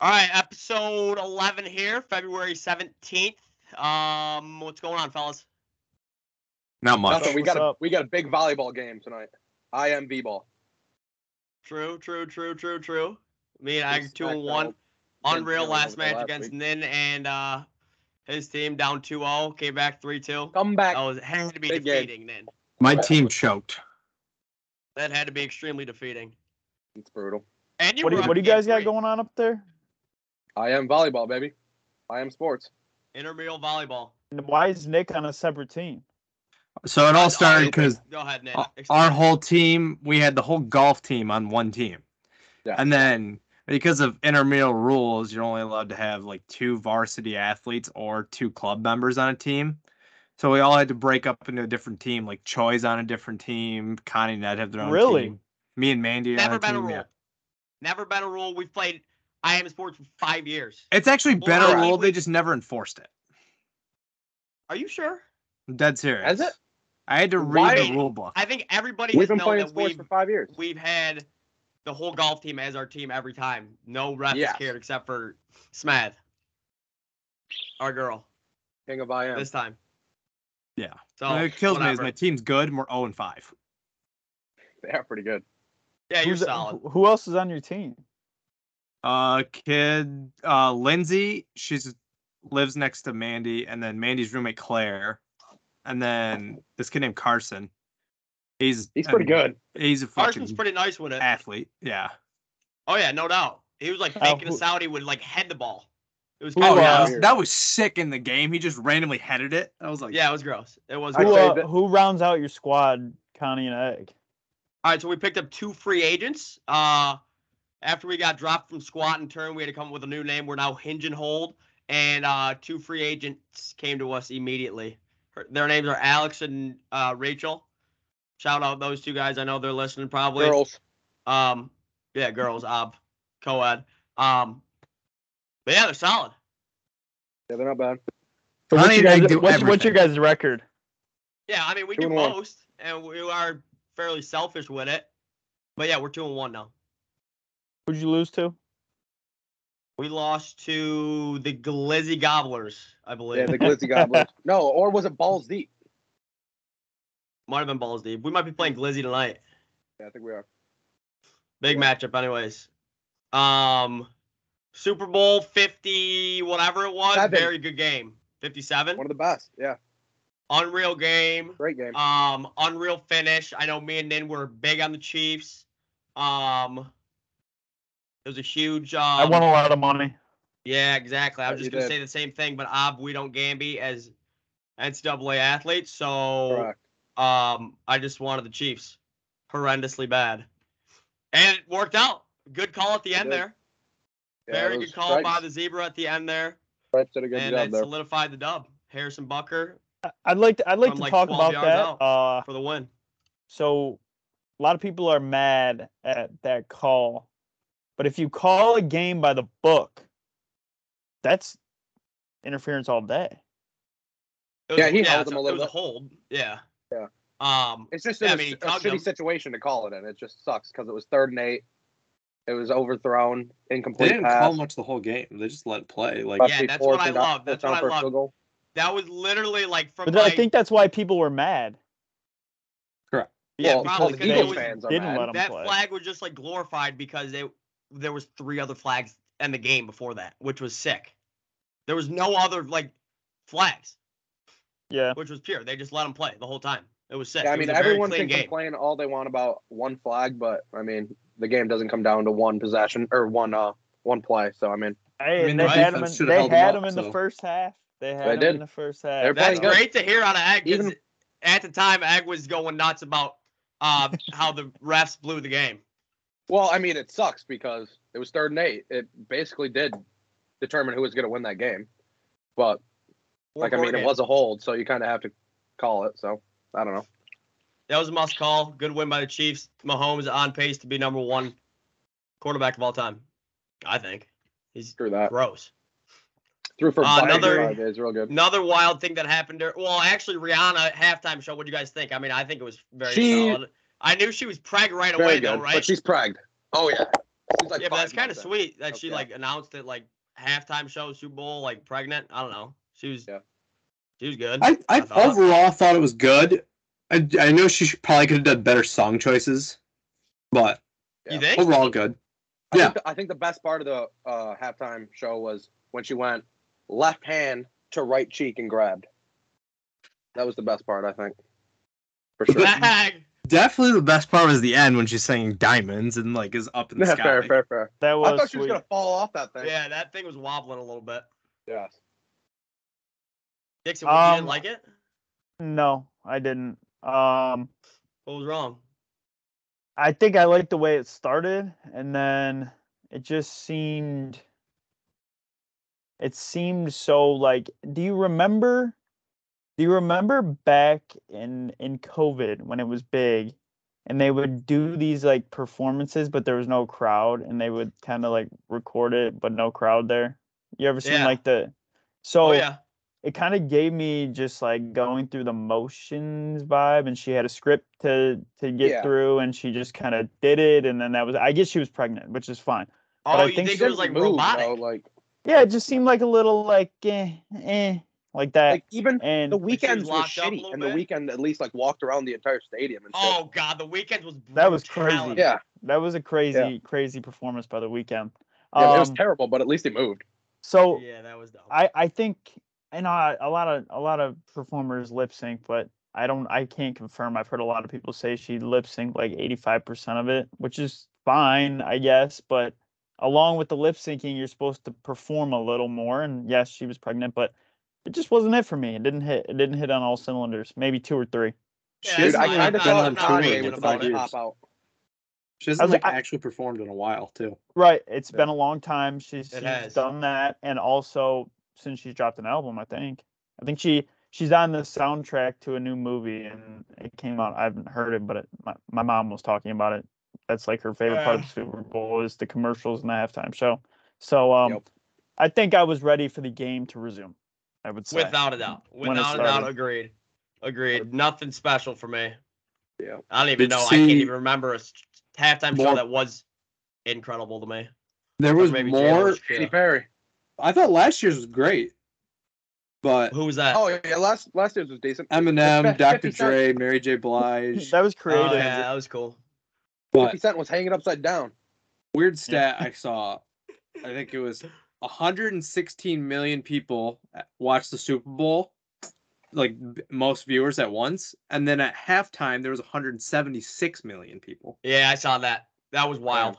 All right, episode 11 here, February 17th. Um, what's going on, fellas? Not much. Nothing. We What's got a up? we got a big volleyball game tonight. I am b-ball. True, true, true, true, true. Me and I are Smacked two and down. one. Didn't Unreal feel last it was the match last against week. Nin and uh his team down 2-0, came back 3-2. Come back. That Oh. was had to be Big game. defeating Nin. My team choked. That had to be extremely defeating. It's brutal. And you What do you, were up what do you game guys got three. going on up there? I am volleyball, baby. I am sports. Intramural volleyball. And Why is Nick on a separate team? So it all started because Go ahead, Nin. our Explain. whole team, we had the whole golf team on one team. Yeah. And then because of intramural rules, you're only allowed to have like two varsity athletes or two club members on a team. So we all had to break up into a different team. Like Choi's on a different team. Connie and Ned have their own Really? team. Me and Mandy. are on Never a been a team, yeah. rule. Never been a rule. We've played I am sports for five years. It's actually been a Alright. rule. They just never enforced it. Are you sure? I'm dead serious. Has it? I had to read Why- the rule book. I think everybody We've has been known playing that sports we've for five years. we've had the whole golf team as our team every time. No refs Yes. cared except for Smath, our girl, King of I am. this time. Yeah. So it kills me is whatever. my team's good and we're 0 and 5. Yeah, pretty good. Yeah, you're Who's- solid. who- Who else is on your team? Uh kid uh Lindsay, she's lives next to Mandy, and then Mandy's roommate Claire. And then this kid named Carson. He's He's I pretty mean, good. He's a fucking Carson's pretty nice with it. athlete. Yeah. Oh yeah, no doubt. He was Uh, like Oh, faking who- us out. He would like head the ball. It was Who, kind of Oh uh, yeah, that gross. was, that was sick in the game. He just randomly headed it. I was like, yeah, it was gross. It was. I'd Who, Gross. say uh, that- who rounds out your squad, Connie and Egg? All right, so we picked up two free agents. Uh, after we got dropped from squat and turn, we had to come up with a new name. We're now Hinge and Hold, and uh, two free agents came to us immediately. Her- Their names are Alex and uh, Rachel. Shout out those two guys. I know they're listening probably. Girls. Um, yeah, girls. Ob, co-ed. Um, but yeah, they're solid. Yeah, they're not bad. So what's Connie your and Egg guys- do what's- what's your guys' record? Yeah, I mean we Two do and one. most, and we are fairly selfish with it. But yeah, we're two and one now. Who'd you lose Um, to? We lost to the Glizzy Gobblers, I believe. Yeah, the glizzy goblins. No, or was it balls deep? Might have been balls deep. We might be playing Glizzy tonight. Yeah, I think we are. Big matchup, anyways. Um, Super Bowl fifty, whatever it was, Seven. very good game. Fifty-seven, One of the best. Yeah, unreal game. great game. Um, unreal finish. I know me and Nin were big on the Chiefs. Um, it was a huge. Um, I won a lot of money. Yeah, exactly. I was Yeah, just you gonna did. say the same thing, but ob we don't gamby as NCAA athletes, so Correct. um I just wanted the Chiefs horrendously bad, and it worked out. Good call at the It end did. there. Yeah, Very those good call by stripes- the zebra at the end there, stripes did a good and job it there. solidified the dub. Harrison Bucker I'd like to, I'd like I'm to like talk 12 about yards that. Uh, for the win. so a lot of people are mad at that call, but if you call a game by the book, that's interference all day. It was- Yeah, he held it's him a little It was a bit. hold. Yeah. Yeah. Um. It's just Yeah, in I a mean, he a tugged him. shitty situation to call it in. It just sucks because it was third and eight. It was overthrown, They incomplete didn't pass. call much the whole game. They just let it play. Like Yeah, Must be that's what fourth I and out- love. That's touchdown what I for a love. field goal. That was literally like from But like I think that's why people were mad. Correct. Yeah, Well, probably because because they Eagles fans are didn't mad. let them that play. flag was just like glorified because it there was three other flags in the game before that, which was sick. There was no other like flags, Yeah, which was pure. They just let them play the whole time. It was sick. Yeah, I It was mean, a very everyone clean can game. complain all they want about one flag, but I mean, the game doesn't come down to one possession or one uh one play. So I mean, Hey, I mean, they the had them. defense In, should've held 'em they had up, them in the so- first half. They had They them did. in the first They're half. That's playing good. great to hear out of Ag. 'cause Even- at the time, Ag was going nuts about uh, how the refs blew the game. well, I mean, it sucks because it was third and eight. It basically did determine who was going to win that game, but Or like I mean, Corgan. it was a hold, so you kind of have to call it. So I don't know. that was a must call. Good win by the Chiefs. Mahomes on pace to be number one quarterback of all time. I think he's Through that, gross. through for Uh, another- five days, real good. Another wild thing that happened. There, well, actually, Rihanna at halftime show. What do you guys think? I mean, I think it was very She- solid. I knew she was preg right Very away, good, though, right? but she's pragged. Oh yeah, She's like yeah, but that's five kind of months in. sweet that she Okay. like announced it like halftime show Super Bowl like pregnant. I don't know. She was Yeah. she was good. I, I, I thought- overall thought it was good. I, I know she should, probably could have done better song choices, but You Yeah. think? overall good. I Yeah. think the, I think the best part of the uh, halftime show was when she went left hand to right cheek and grabbed. That was the best part, I think. For sure. Bag. Definitely the best part was the end when she's singing "Diamonds" and like is up in the Yeah, sky. fair, fair, fair. That I was thought she was sweet. gonna fall off that thing. Yeah, that thing was wobbling a little bit. Yes. Dixon, what, you Um, didn't like it? No, I didn't. Um, What was wrong? I think I liked the way it started, and then it just seemed. It seemed so like. Do you remember? Do you remember back in in COVID when it was big, and they would do these like performances, but there was no crowd, and they would kind of like record it, but no crowd there. You ever seen Yeah. like the? So oh yeah. it kind of gave me just like going through the motions vibe and she had a script to to get Yeah. through and she just kind of did it and then that was i guess she was pregnant which is fine Oh, but I you think think, she it was like Didn't move, robotic? though, like, yeah it just seemed like a little like eh, eh like that like even and the weekends were locked up a shitty, little and the bit? weekend at least like walked around the entire stadium and shit. oh god, the weekend was That was brutality. crazy. yeah, that was a crazy crazy performance by the weekend yeah it was Um, terrible, but at least it moved. so Yeah, that was dumb. Oh. I I think and I, a lot of a lot of performers lip sync, but I don't I can't confirm. I've heard a lot of people say she lip synced like eighty five percent of it, which is fine, I guess. But along with the lip syncing, you're supposed to perform a little more. And yes, she was pregnant, but it just wasn't it for me. It didn't hit. It didn't hit on all cylinders. Maybe two or three. Yeah, She Dude, it's hasn't I fine. really kind of I'm thought not- I'm done on not Kanye Korean even was in about five about it. to years. pop out. She I hasn't was like, like, I- actually performed in a while too. Right. It's Yeah. been a long time. She's, It she's has. done that, and also since she's dropped an album, I think. I think she she's on the soundtrack to a new movie, and it came out. I haven't heard it, but it, my my mom was talking about it. That's like her favorite part of Yeah. the Super Bowl is the commercials and the halftime show. So um, Yep. I think I was ready for the game to resume. I would say Without a doubt. When it Without a doubt, started. agreed. Agreed. Nothing special for me. Yeah. I don't even Did know. you I can't see even remember a s- halftime show more- that was incredible to me. There was Maybe J-Lo more. was Katy chill. Perry. I thought last year's was great, but Who was that? Oh yeah, last last year's was decent. Eminem, Dr. 50 Cent- Dre, Mary J. Blige. that was Oh, creative. yeah, that was cool. But Fifty Cent was hanging upside down. weird stat I saw, I think it was 116 million people watched the Super Bowl, like b- most viewers at once, and then at halftime there was 176 million people. Yeah, I saw that. That was wild.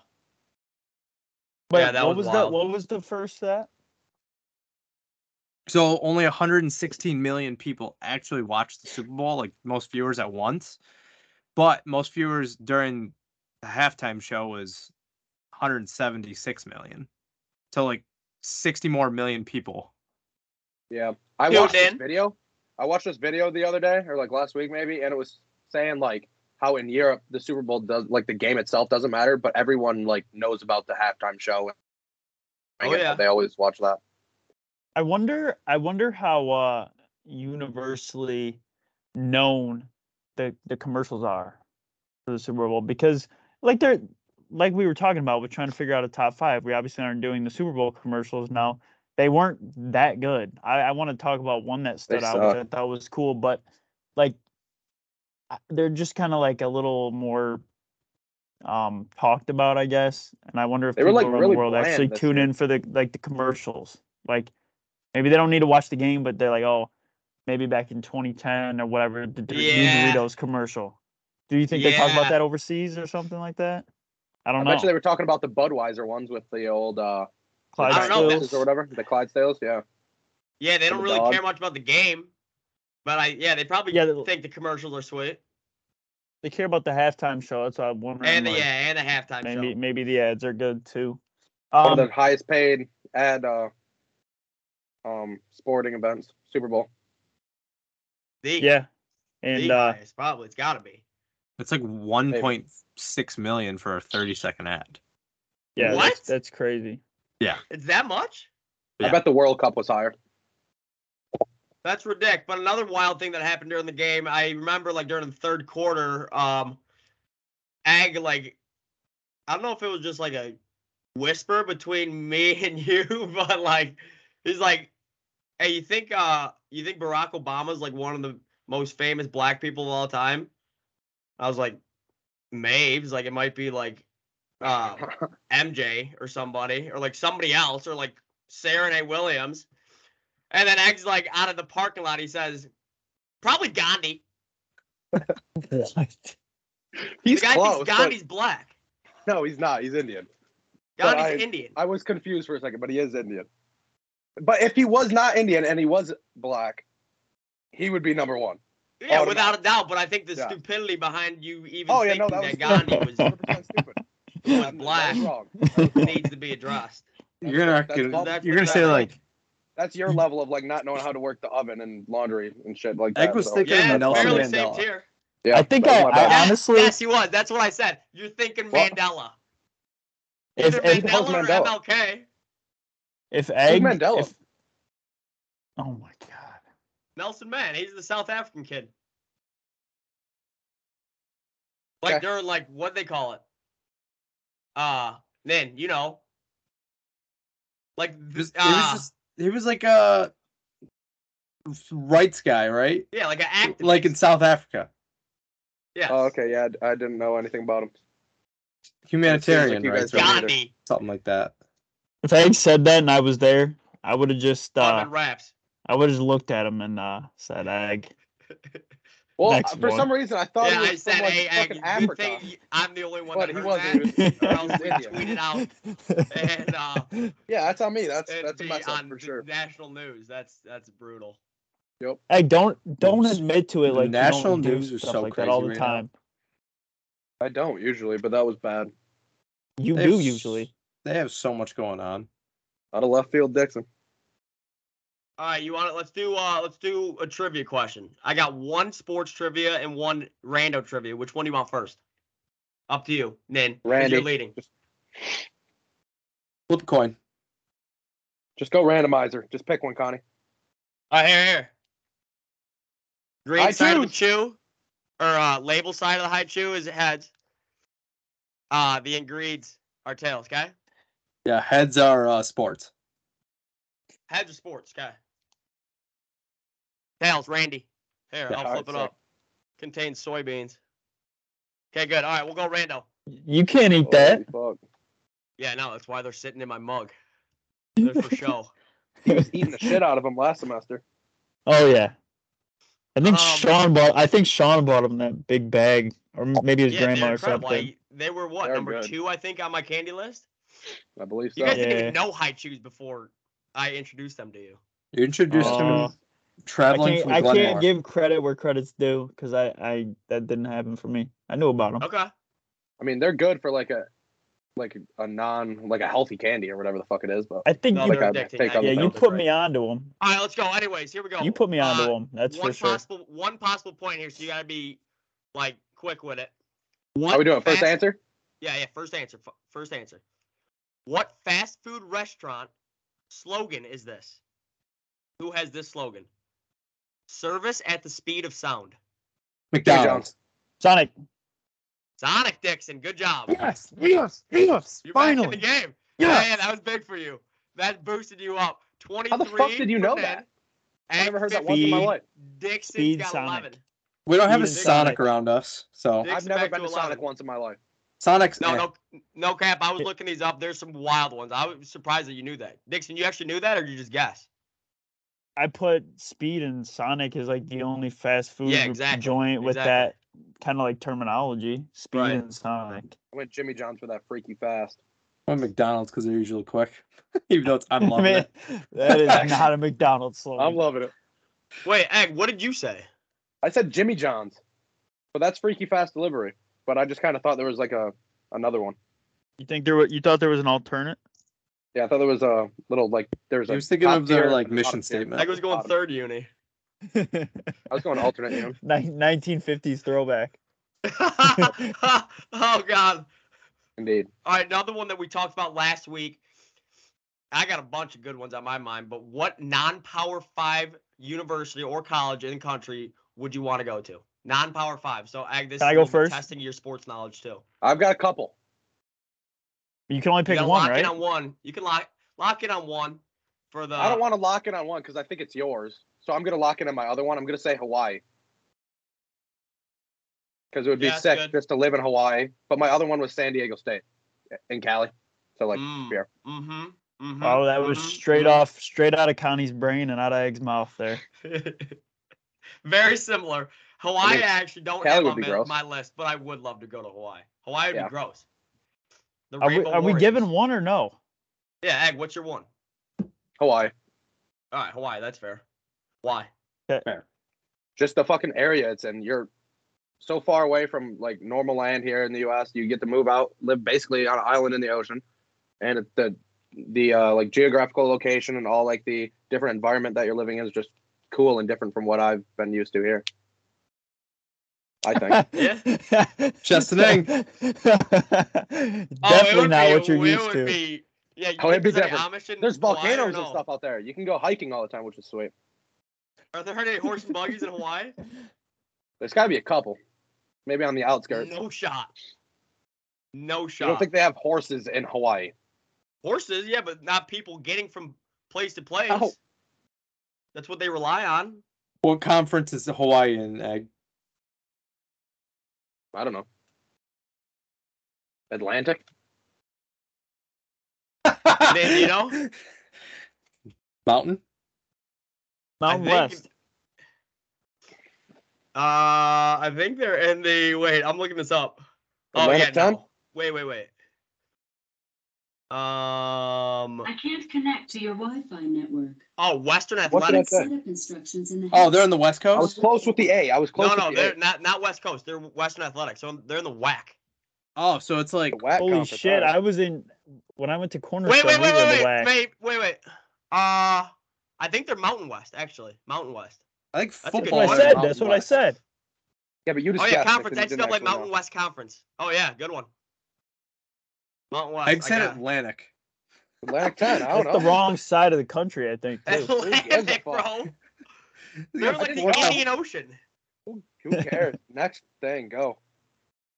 Wait, Yeah, that what was was wild. the what was the first that? So only 116 million people actually watched the Super Bowl, like most viewers at once, but most viewers during the halftime show was 176 million. So like 60 more million people Yeah, I Dude, watched Dan. this video. I watched this video the other day, or like last week maybe, and it was saying like how in Europe the Super Bowl does like the game itself doesn't matter, but everyone like knows about the halftime show. Oh, And yeah. they always watch that. I wonder I wonder how uh universally known the the commercials are for the Super Bowl because like they're like we were talking about with trying to figure out a top five. We obviously aren't doing the Super Bowl commercials now. They weren't that good. I, I want to talk about one that stood out, which I thought was cool, but like I- they're just kind of like a little more um talked about, I guess. And I wonder if They were, people like, around really the world bland actually this tune year. in for the like the commercials. Like maybe they don't need to watch the game, but they're like, oh, maybe back in 2010 or whatever, the Dor- new Yeah. Doritos commercial. Do you think they talk Yeah. about that overseas or something like that? I I, don't bet know. you they were talking about the Budweiser ones with the old uh Clyde I don't know. Stills. or whatever, the Clydesdales. Yeah, Yeah, they For don't the really dog. care much about the game. But I yeah, they probably Yeah, they- think the commercials are sweet. They care about the halftime show. That's why I'm wondering. And the, like, yeah, and a halftime maybe show. maybe the ads are good too. one Um, of the highest paid ad uh um sporting events, Super Bowl. The, yeah, the and uh, highest, probably it's gotta be. It's like 1.6 million for a 30 second ad. yeah, that's, What? that's crazy. It's that much? Yeah. I bet the World Cup was higher. That's ridiculous. But another wild thing that happened during the game, I remember like during the third quarter, um, Ag like I don't know if it was just like a whisper between me and you, but like he's like, hey, you think uh you think Barack Obama's like one of the most famous black people of all time? I was like, Maves, like it might be like uh MJ or somebody or like somebody else or like Serenade Williams. And then Egg's like out of the parking lot, he says, probably Gandhi. He's The guy thinks close. but- Gandhi's black. no, he's not. He's Indian. but Gandhi's I- Indian. I was confused for a second, but he is Indian. But if he was not Indian and he was black, he would be number one. Yeah, automatic. without a doubt. But I think the Yeah. stupidity behind you even Oh, yeah, thinking no, that, that was- Gandhi was 100% stupid. Yeah, I'm- black. That's wrong. needs to be addressed. You're not That's- gonna. that's- you're gonna say that's- like That's your level of like not knowing how to work the oven and laundry and shit like that. Egg was so- thinking- Yeah, Nelson barely same Mandela. tier. Yeah, I think that I, was my bad. I honestly, yes, he was. That's what I said. You're thinking Well- Mandela. if Either egg, Mandela or Mandela. MLK. if egg, Mandela. if- oh my god, Nelson Mandela. He's the South African kid. Like Okay. they're like what they call it. Uh then you know. Like uh, he was, this. he was just he was like a rights guy, right? yeah, like an activist. Like in South Africa, yes. Oh, okay, yeah, I, I didn't know anything about him. humanitarian you guys rights, got right? it. Gandhi. something like that. if egg said that and I was there, I would have just, uh, Urban raps. I would have just looked at him and uh, said egg. Well, Next uh, for one. some reason I thought Yeah, he I was from said, like hey, Ag, fucking good Africa. thing you- I'm the only one But that he heard wasn't. that. He or was- else we Idiot. tweeted out and uh yeah, that's on me. That's it'd that's a be mess up on for the sure. national news. That's that's brutal. Egg, don't don't Oops. admit to it. The Like you national don't do news is stuff so like that all the crazy right now. time. I don't usually, but that was bad. You They do have s- usually. They have so much going on. Out of left field, Dixon. All right, you want it? Let's do uh let's do a trivia question. I got one sports trivia and one rando trivia. Which one do you want first? Up to you, Nin. 'cause Randy. You're leading. Flip a coin. Just go randomizer. Just pick one, Connie. All right, here, here. Green I side of the choose. chew, or uh, label side of the high chew is heads. Uh the ingredients are tails. Okay, Yeah, heads are uh, sports. heads are sports. Okay, tails. Randy. Here, I'll Yeah, all right, flip it sick. up. Contains soybeans. Okay, good. All right, we'll go rando. You can't Oh, eat that. Holy fuck. Yeah, no, that's why they're sitting in my mug. They're for show. He was eating the shit out of him last semester. Oh yeah. I think Um, Sean bought. I think Sean bought him that big bag, or m- maybe his yeah, grandma they're or incredible. something. Oh, I, they were what They're number good. two, I think, on my candy list. I believe so. You guys didn't Yeah. even know high chews before I introduced them to you. You introduced Uh, him I traveling can't. from I Glenmore. can't give credit where credits due because I, I that didn't happen for me. I knew about him. Okay. I mean, they're good for like a like a non like a healthy candy or whatever the fuck it is, but I think No, you. like they're I addicting. take I on get yeah, the it. you penalty. put me onto him. All right, let's go. Anyways, here we go. Uh, You put me onto him. That's one for sure. possible one possible point here, so you gotta be like quick with it. What How we doing? First fast- answer? Yeah, yeah. First answer. F- First answer. What fast food restaurant slogan is this? Who has this slogan? Service at the speed of sound. McDonald's. Sonic. Sonic Dixon, good job. Yes, yes, yes. You're back in the Finally. game. Yes. Man, that was big for you. That boosted you up. 23. How the fuck did you for know Ned. that? And I never heard that once in my Speed. life. Dixon's Speed got Sonic. 11. We don't have a Speed is Sonic Sonic. around us, so Dick- I've Dixon never back been to to 11. Sonic once in my life. Sonic's No, eh. no, no cap. I was looking these up. There's some wild ones. I was surprised that you knew that. Dixon, you actually knew that, or you just guess? I put Speed and Sonic is like the only fast food Yeah, exactly, joint with exactly. that kind of like terminology. Speed Right. and Sonic. I went Jimmy John's for that freaky fast. I went McDonald's because they're usually quick. Even though it's, I'm loving Man, it. that is not a McDonald's slogan. I'm loving it. Wait, Egg, what did you say? I said Jimmy John's, but that's freaky fast delivery. But I just kind of thought there was like a another one. you think there was? You thought there was an alternate? Yeah, I thought there was a little like there was. He a was thinking top of their tier like and a mission bottom tier. statement. Egg was going Bottom. third uni. I was going alternate. You know? Nineteen fifties throwback. oh, God. Indeed. All right, another one that we talked about last week. I got a bunch of good ones on my mind, but what non power five university or college in the country would you want to go to? Non power five. So, Ag, this Can I is go gonna be first? testing your sports knowledge too. I've got a couple. You can only you pick gotta one, lock right? in on one. You can lock lock in on one for the. I don't want to lock in on one because I think it's yours. So I'm gonna lock in on my other one. I'm gonna say Hawaii. Because it would be Yeah, that's sick good. just to live in Hawaii. But my other one was San Diego State in Cali. So like mm, beer. Mm-hmm. Mm-hmm. Oh, that was straight off, straight out of Connie's brain and out of Egg's mouth there. Very similar. Hawaii, I I mean, actually don't Cali have would on be my, gross. my list, but I would love to go to Hawaii. Hawaii would Yeah. be gross. The Are we, Rainbow are we Warriors. given one or no? Yeah, Egg, what's your one? Hawaii. All right, Hawaii, that's fair. Why? Just the fucking area it's in. You're so far away from like normal land here in the US. You get to move out, live basically on an island in the ocean. And it, the the uh, like geographical location and all like the different environment that you're living in is just cool and different from what I've been used to here. I think. Justin Eng. Eng. Oh, it Definitely Oh, would not be- what you're it used would to. Be, yeah, you Oh, get it'd be to the different. Amish in There's Hawaii or volcanoes and no? stuff out there. You can go hiking all the time, which is sweet. Are there any horse and buggies in Hawaii? There's got to be a couple, maybe on the outskirts. No shot. No I don't shot. think they have horses in Hawaii. Horses, yeah, but not people getting from place to place. Oh. That's what they rely on. What conference is Hawaii in? Egg? I don't know. Atlantic. Then, you know? Mountain. Mountain think- West. Uh, I think they're in the. Wait, I'm looking this up. Oh yeah, Atlantic town? no. Wait, wait, wait. Um. I can't connect to your Wi-Fi network. Oh, Western What did I Athletics. say? Set up instructions in the. Oh, they're on the West I was Coast. close with the A. I was close No, no, with the they're A. not not West Coast. They're Western Athletics. So they're in the whack. Oh, so it's like The WAC Holy conference, Uh, shit! all right. I was in when I went to Wait, Cornerstone. wait, we wait, were wait, wait, the whack. wait, wait, wait. Uh, I think they're Mountain West actually. Mountain West. I think That's a good That's football. what I one. is said. Mountain That's what I West. said. Yeah, but you just Oh yeah, guessed it, conference. so you That's didn't still like actually know. Mountain West Conference. Oh yeah, good one. Mountain West. Oh, I Egg said got it. Atlantic. Atlantic 10. I don't That's know. the wrong side of the country, I think. Too. gives a Atlantic, fuck? bro. Yeah, They're like fucking the Wow. Indian Ocean. Who, who cares? Next thing, go.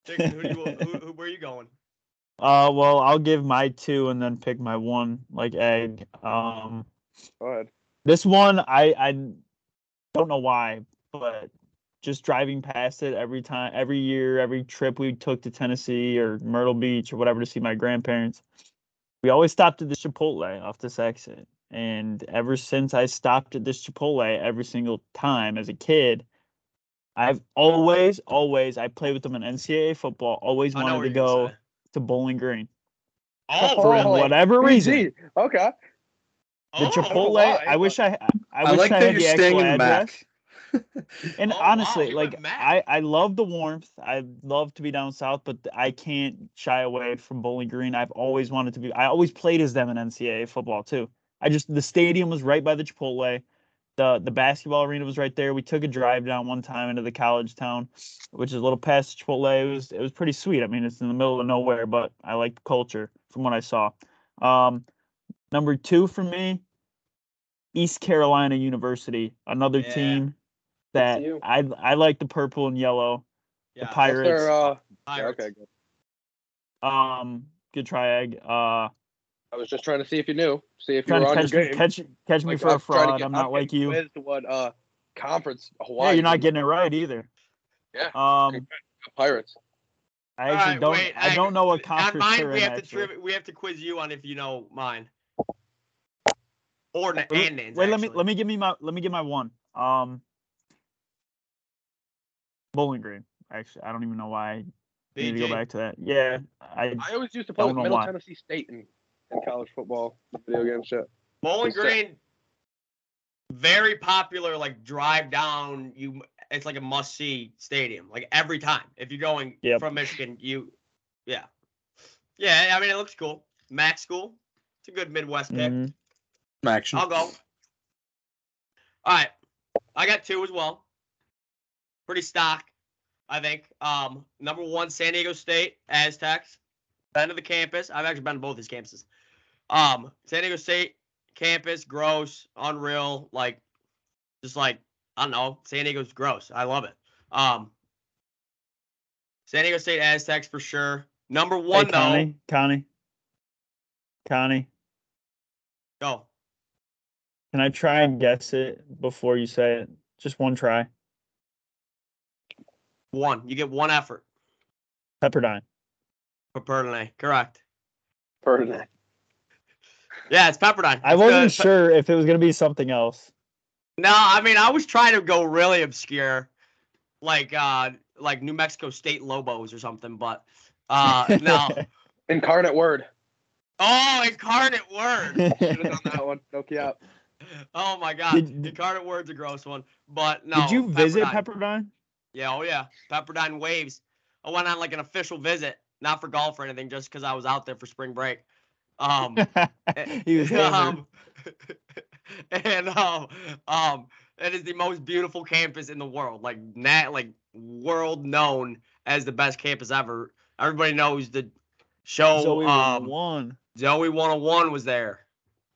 Dick, who do you, who, who, where are you going? Uh, well, I'll give my two and then pick my one, like egg. Um, Go ahead. This one, I I don't know why, but just driving past it every time, every year, every trip we took to Tennessee or Myrtle Beach or whatever to see my grandparents, we always stopped at the Chipotle off this exit. And ever since I stopped at this Chipotle every single time as a kid, I've always, always, I played with them in NCAA football, always I know wanted where to you're gonna go say. to Bowling Green. Oh, For Oh, whatever reason, PG. Okay. the oh, Chipotle, why, I wish I, I, I, wish like I that had you're the actual staying in the address. back. And Oh, wow, honestly, you went like back. I, I love the warmth. I love to be down south, but th- I can't shy away from Bowling Green. I've always wanted to be. I always played as them in NCAA football too. I just the stadium was right by the Chipotle. the The basketball arena was right there. We took a drive down one time into the college town, which is a little past Chipotle. It was it was pretty sweet. I mean, it's in the middle of nowhere, but I like the culture from what I saw. Um, number two for me, East Carolina University, another Yeah. team that you. I I like the purple and yellow. yeah, the That's Pirates. their, uh, yeah, Pirates. okay, good. uh, Um, good try, Egg. Uh, I was just trying to see if you knew. See if you trying were to on your catch me, game. catch catch me Like, for a I'm trying to fraud. get- I'm not like getting you. quizzed what uh conference Hawaii? Yeah, you're not is. getting it right either. Yeah. Um, Pirates. I All actually right, don't. wait, I Egg, don't know what On conference mine, they're we in, have to actually. triv- we have to quiz you on if you know mine. Or na- Wait, and Nan's. Wait, let me actually. let me give me my let me give my one. Um, Bowling Green. Actually, I don't even know why. I need to go BG. back to that. Yeah, I I always used to play Don't with know Middle why. Tennessee State in, in college football, video game shit. Bowling Who's that? Green, very popular. Like drive down, you it's like a must see stadium. Like every time, if you're going Yep. from Michigan, you, yeah, yeah. I mean, it looks cool. Mac school, it's a good Midwest pick. mhm. Action. I'll go. All right, I got two as well. Pretty stock, I think. Um, number one, San Diego State Aztecs. Been to the campus. I've actually been to both these campuses. Um, San Diego State campus, gross, unreal. Like, just like I don't know. San Diego's gross. I love it. Um, San Diego State Aztecs for sure. Number Hey, one though. Connie, Connie, Connie, Go. can I try and guess it before you say it? Just one try. One. You get one effort. Pepperdine. Pepperdine. Correct. Perdinand. Yeah, it's Pepperdine. I It's wasn't good. sure if it was gonna be something else. No, I mean I was trying to go really obscure, like uh like New Mexico State Lobos or something, but uh no. Incarnate word. oh, incarnate word. Should have done that one. No cap. Oh my god. Did- did- incarnate word's a gross one. But no. Did you visit Pepperdine. Pepperdine? Yeah, oh yeah. Pepperdine Waves. I went on like an official visit, not for golf or anything, just because I was out there for spring break. Um he was hammered. um, and um, um, it is the most beautiful campus in the world, like nat, like world known as the best campus ever. Everybody knows the show. so we um, won. Zoe 101 was there.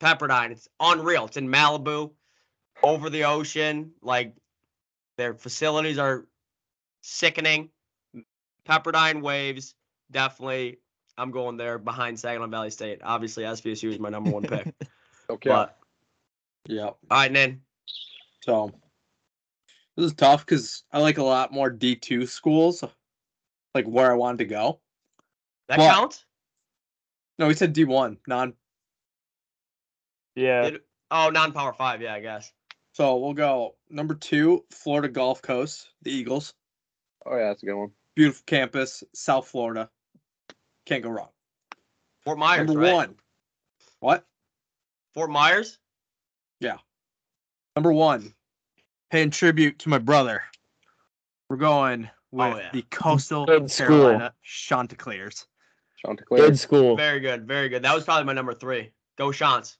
Pepperdine, it's unreal. It's in Malibu, over the ocean. Like their facilities are sickening. Pepperdine waves definitely. I'm going there behind Saginaw Valley State. Obviously, SVSU is my number one pick. No cap. But Yep. all right, Nan. So this is tough because I like a lot more D two schools, like where I wanted to go. That Well, counts. No, he said D one non. Yeah. Did- oh, non-power five. Yeah, I guess. So we'll go number two, Florida Gulf Coast, the Eagles, Oh yeah, that's a good one. beautiful campus, South Florida, can't go wrong. Fort Myers. Number right? one, what? Fort Myers. Number one, paying tribute to my brother. We're going with Oh, yeah. the coastal Good school. Carolina Chanticleers. Chanticleer. Good school. Very good. Very good. That was probably my number three. Go Shants.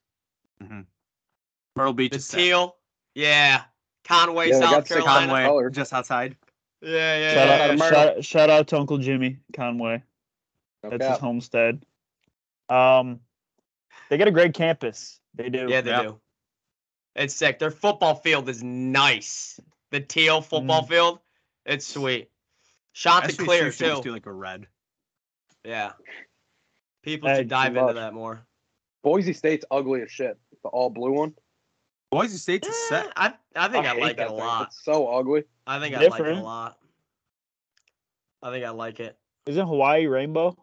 Myrtle Beach The is set. teal. Yeah. Conway, Yeah, they South got six Carolina. Conway, Color. just outside. Yeah, yeah, Shout yeah, out, yeah. Myrtle. shout, shout out to Uncle Jimmy Conway. No That's cap. his homestead. Um, they got a great campus. They do. Yeah, they Yeah. do. It's sick. Their football field is nice. The teal Mm. football field, it's sweet. Shots SVSU clear should just too. do like a red. yeah. People Hey, should dive luck. into that more. Boise State's ugly as shit. The all blue one. Boise State's a Eh, set. I I think I, hate like that it a thing. lot. It's so ugly. I think I like it Different. a lot. I think I like it. Isn't Hawaii Rainbow?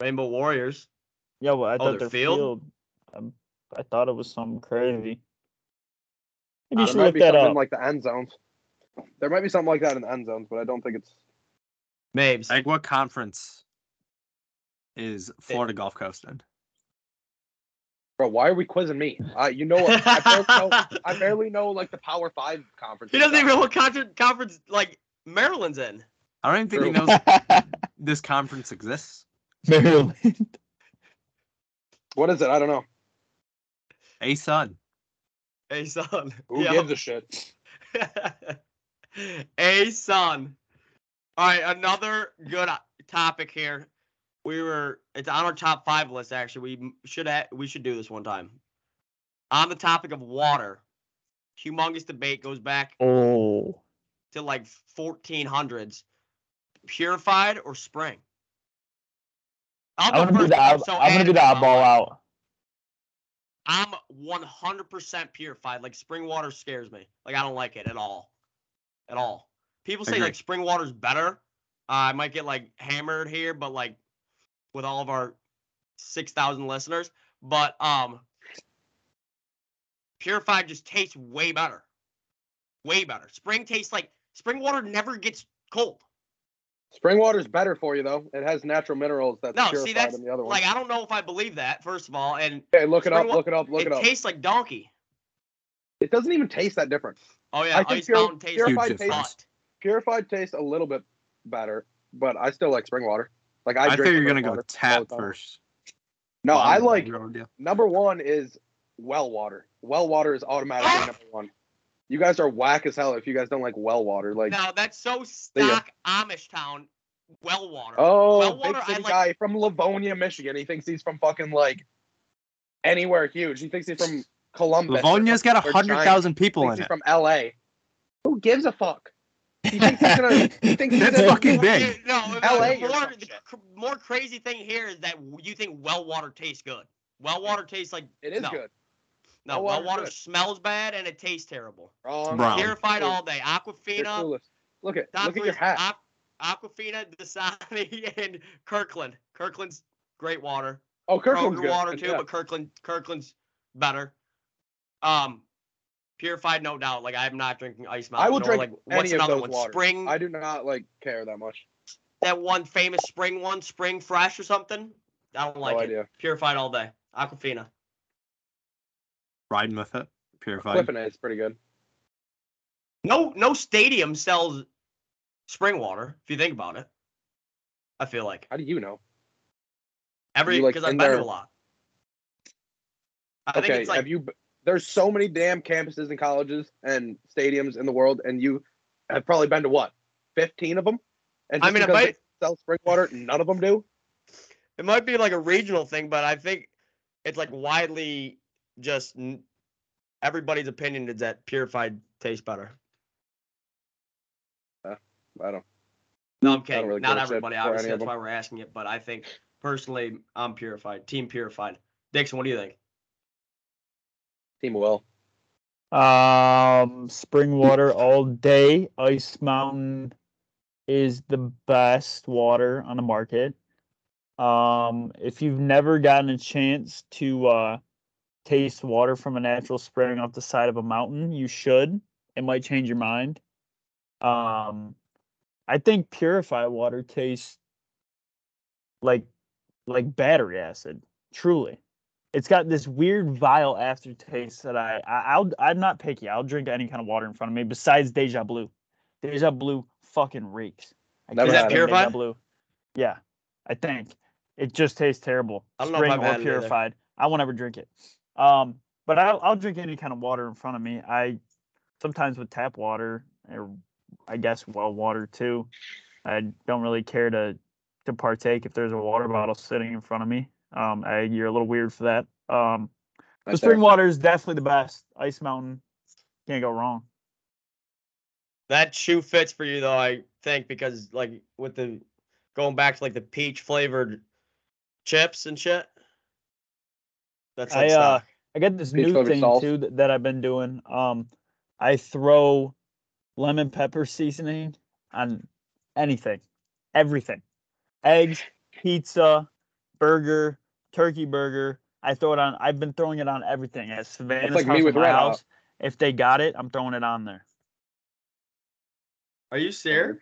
Rainbow Warriors. Yeah, well, I thought Oh, their their field? field. um, I thought it was something crazy. Maybe Uh, you it should There might look be that something up. like the end zones. There might be something like that in the end zones, but I don't think it's. Mabes. Like what conference is Florida Gulf Coast in? Bro, why are we quizzing me? Uh, you know what? I barely know, I barely know like the Power Five conference. He doesn't even know what conference, conference like Maryland's in. I don't even think he True. knows this conference exists. Maryland. What is it? I don't know. A Sun. Hey son. Who Yo. gives a shit? a son. All right, another good uh, topic here. We were it's on our top five list actually. We m- should ha- we should do this one time. On the topic of water, humongous debate goes back Oh, to like 1400s. Purified or spring? I'll I'm gonna be the odd- I'm gonna be the oddball out. I'm 100% purified. Like spring water scares me. Like I don't like it at all, at all. People say Agree. like spring water's better. Uh, I might get like hammered here, but like with all of our 6,000 listeners, but um, purified just tastes way better, way better. Spring tastes like spring water never gets cold. Spring water's better for you though. It has natural minerals that's No, purified see that's than the other one. like I don't know if I believe that. First of all, and hey, look it spring up. wa- Look it up. Look it, it up. tastes like donkey. it doesn't even taste that different. Oh I yeah, think ice pure- mountain tastes Huge like purified tastes difference. hot. Purified tastes a little bit better, but I still like spring water. Like I, I, drink think you're spring gonna go water all tap the time. first. No, I like Your idea. number one is well water. Well water is automatically Ah! number one. You guys are whack as hell if you guys don't like well water. Like No, that's so There you go. stock Amish town. Well water. oh, well big water, I city like- guy from Livonia, Michigan. He thinks he's from fucking like anywhere huge. He thinks he's from Columbus. or Livonia's got something, or hundred China. thousand people thinks in he's it. from LA. Who gives a fuck? He thinks he's gonna. He thinks he's That's gonna fucking big. No, LA the or more, some the shit. cr- more crazy thing here is that you think well water tastes good. Well water tastes like It is no, good. No, Well well water's water good. smells bad and it tastes terrible. Oh, I'm Brown. Terrified Cool. all day. You're Aquafina, clueless. Look at Doc look at your Rivers, hat. Aqu- Aquafina, Dasani, and Kirkland. Kirkland's great water. oh, Kirkland's Kroger good. water too, Yeah. but Kirkland Kirkland's better. Um, purified, no doubt. Like I'm not drinking ice mountain. I will or, drink like any what's of another those one? waters. Spring. I do not like care that much. that one famous spring one, spring fresh or something. I don't like no it. idea. Purified all day. Aquafina. Riding with it, purified. Cliffin is pretty good. No, no stadium sells spring water. If you think about it, I feel like How do you know? every You, like, because I've in been there there- a lot. I think Okay, it's like have you? b- There's so many damn campuses and colleges and stadiums in the world, and you have probably been to what, 15 of them? And I just mean, it because might- they sell spring water, none of them do. It might be like a regional thing, but I think it's like widely just n- everybody's opinion is that purified tastes better. I don't. No, I'm don't kidding. really Not give a shit everybody, for any obviously. of That's why them. we're asking it. But I think personally, I'm purified. Team purified. Dixon, what do you think? Team Will. Um, spring water all day. Ice Mountain is the best water on the market. Um, if you've never gotten a chance to uh, taste water from a natural spring off the side of a mountain, you should. It might change your mind. Um, I think purified water tastes like like battery acid. Truly it's got this weird vile aftertaste that I, I I'll I'm not picky. I'll drink any kind of water in front of me besides Deja Blue. Deja Blue fucking reeks. I Never can't had it. stand Purified? Blue. Yeah, I think it just tastes terrible. I don't know if Spring I've or had it either. purified. I won't ever drink it. Um, but I'll I'll drink any kind of water in front of me. I sometimes with tap water or I guess well water too. I don't really care to to partake if there's a water bottle sitting in front of me. Um, I, you're a little weird for that. Um, Right the spring water is definitely the best. Ice Mountain can't go wrong. That shoe fits for you though, I think, because like with the going back to like the peach flavored chips and shit. That's I, like uh, stock. I got this Peach new flavored thing sauce. too that, that I've been doing. Um, I throw lemon pepper seasoning on anything, everything, eggs, pizza, burger, turkey burger. I throw it on. I've been throwing it on everything at Savannah's like me house, at with my Red Hot. house. If they got it, I'm throwing it on there. Are you serious?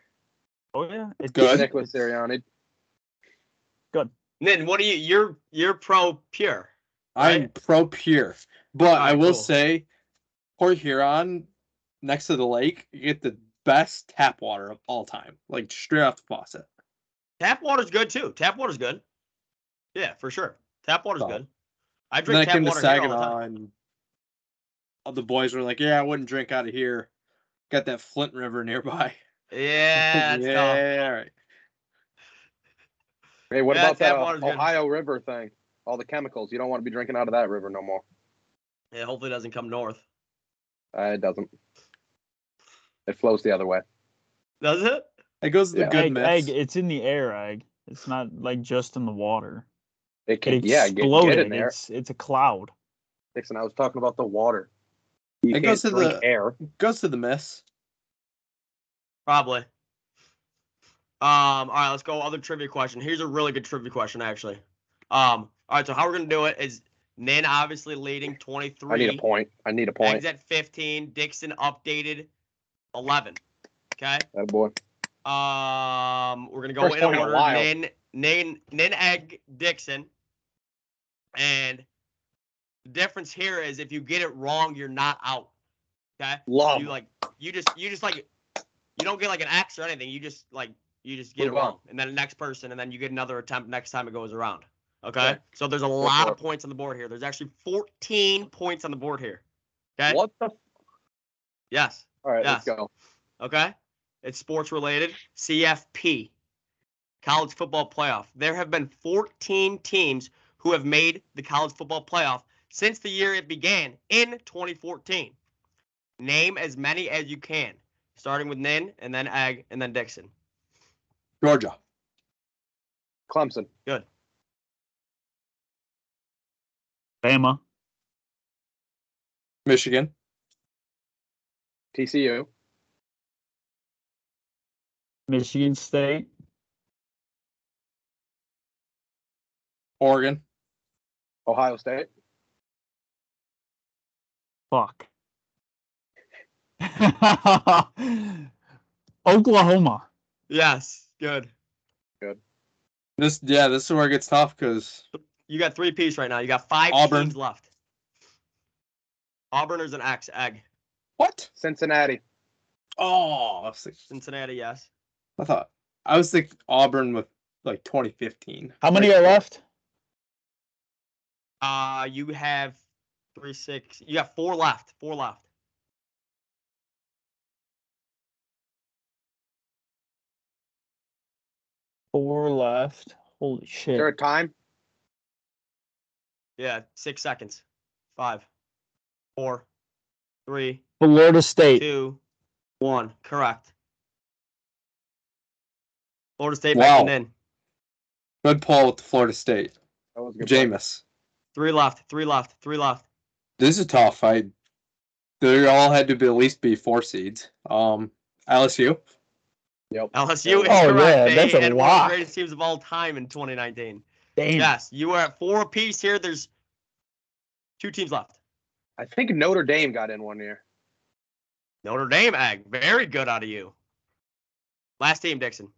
Oh yeah, it's Good. Nick with Sirianni. Then what do you? You're you're pro pure. I'm pro pure, but I Alright, will cool. say, Port Huron, next to the lake, you get the best tap water of all time, like straight off the faucet. Tap water's good too. Tap water's good. Yeah, for sure. Tap water's Oh. good. I And then I drink tap came to water here all the Saginaw, time. and all the boys were like, "Yeah, I wouldn't drink out of here." Got that Flint River nearby. Yeah, it's tough. yeah, all right. Hey, what Yeah, tap about that water's good. Ohio River thing? All the chemicals. You don't want to be drinking out of that river no more. Yeah, hopefully it doesn't come north. Uh, it doesn't. It flows the other way. Does it? That goes to the Yeah. good egg, myths. egg. It's in the air. Egg. It's not like just in the water. It It can, yeah, get, exploded. get in there. It's it's a cloud. Nixon, I was talking about the water. You It can't goes to drink the- air. goes to the myths. Probably. Um, all right, let's go. Other trivia question. Here's a really good trivia question, actually. Um, all right, so how we're gonna do it is Nin obviously leading I need a 23, point. I need a Eggs point. at 15, Dixon updated 11. Okay. That boy. Um, we're gonna go First in point in a order. while. Nin, Nin, Nin, Egg, Dixon, and the difference here is if you get it wrong, you're not out. Okay. Love. You like you just you just like you don't get like an X or anything. You just like you just get Move it wrong, on. and then the next person, and then you get another attempt next time it goes around. Okay. Okay. So there's a for lot of it. points on the board here. There's actually 14 points on the board here. Okay. What the? Yes. All right, let's Yes. go. Okay. It's sports related. CFP, college football playoff. There have been 14 teams who have made the college football playoff since the year it began in 2014. Name as many as you can, starting with Nin and then Ag and then Dixon. Georgia, Clemson. Bama. Michigan. TCU. Michigan State. Oregon. Ohio State. Fuck. Oklahoma. Yes, good. This yeah, this is where it gets tough because You got three piece right now. You got five Auburn. teams left. Auburn is an X egg. what? Cincinnati. Oh, I, was like, Cincinnati, yes. I thought I was thinking Auburn with like 2015. How many are left? Uh, you have three, six. You got four left. Four left. Four left. Holy shit. Is there a time? Yeah, six seconds. Five, four, three, Florida State. two, one. Correct. Florida State Wow. wow. in. Good Paul with Florida State. That was a good one. Jameis. Three left. Three left. Three left. This is tough. I they all had to be at least be four seeds. Um, LSU. LSU is Oh, correct. yeah, They that's a had one of lot. the greatest teams of all time in 2019. Damn. Yes, you are at four apiece here. There's two teams left. I think Notre Dame got in one year. Notre Dame egg. Very good out of you. Last team, Dixon.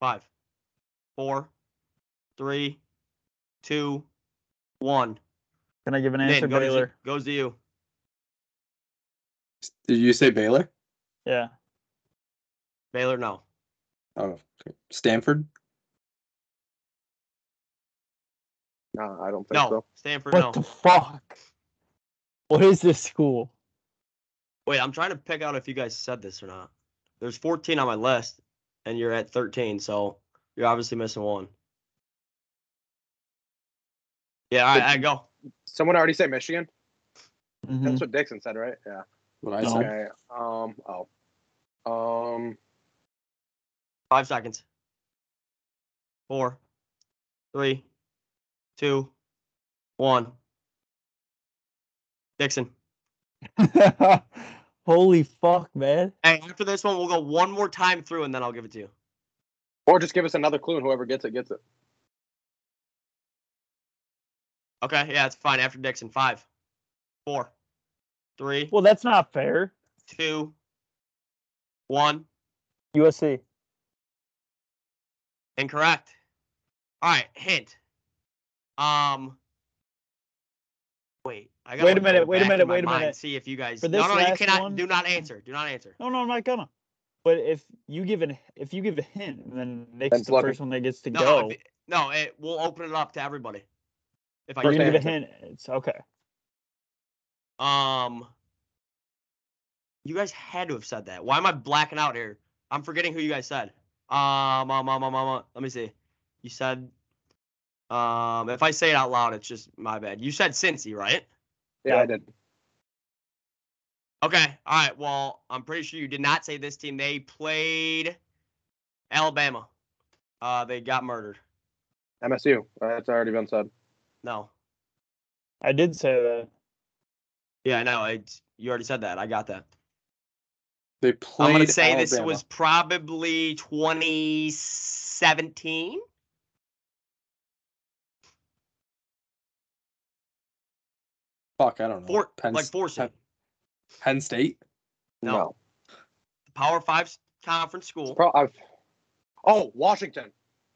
Five, four, three, two, one. Can I give an Nin, answer, go to you- Baylor? goes to you. Did you say Baylor? Yeah. Baylor, no. Oh, okay. Stanford. No, I don't think No. so. Stanford, What no. the fuck? What is this school? Wait, I'm trying to pick out if you guys said this or not. There's 14 on my list, and you're at 13, so you're obviously missing one. Yeah, all right, I go. Someone already said Michigan. Mhm. Mm-hmm. That's what Dixon said, right? Yeah. What I No. said. Okay. Um. Oh. Um. Five seconds. Four, three, two, one. Dixon. Holy fuck, man. Hey, after this one, we'll go one more time through, and then I'll give it to you. Or just give us another clue, and whoever gets it gets it. Okay, yeah, it's fine. After Dixon, five, four, three, Well, that's not fair. two, one. USC. Incorrect. All right, hint. Um. Wait, I gotta Wait a go minute, wait a back in minute, my wait a mind, minute. See if you guys. For no, this no, you last cannot. one- Do not answer. Do not answer. No, no, I'm not gonna. But if you give an if you give a hint, then Nick's That's the lucky. first one that gets to No, go. no, if- no. It will open it up to everybody. If I You're can. First gonna give a answer. hint. It's okay. Um. You guys had to have said that. Why am I blacking out here? I'm forgetting who you guys said. Um, um, um, um, um, um, let me see. You said, um, if I say it out loud, it's just my bad. You said Cincy, right? Yeah, Yeah. I did. Okay. All right. Well, I'm pretty sure you did not say this team. They played Alabama. Uh, they got murdered. MSU. Uh, That's already been said. No. I did say that. Yeah, I know. It's, you already said that. I got that. They played. I'm gonna say this Alabama. was probably 2017. fuck. I don't know. Four, Penn, like four Penn, seed. Penn State. No. Power Five conference It's school. Pro- I've... Oh, Washington.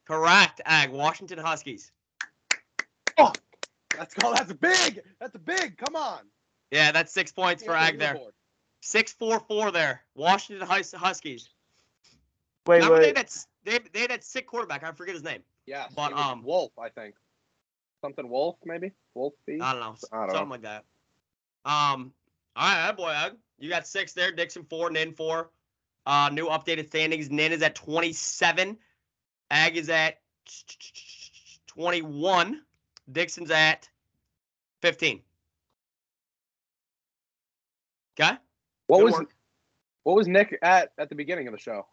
Correct. Ag Washington Huskies. Let's go. That's big. That's big. Come on. Yeah, that's six points for Yeah, Ag there. leaderboard. Six four four there. Washington Hus- Huskies. Wait, Remember wait. they had that they, they had that sick quarterback. I forget his name. Yeah. But, it was um, Wolf, I think. Something Wolf, maybe. Wolfie. I don't know. I don't know. something like that. Um, all right, that boy, Ug. you got six there. Dixon four, Nin four. Uh, new updated standings. Nin is at 27. Ag is at 21. Dixon's at 15. Okay. What Good was work. What was Nick at at the beginning of the show?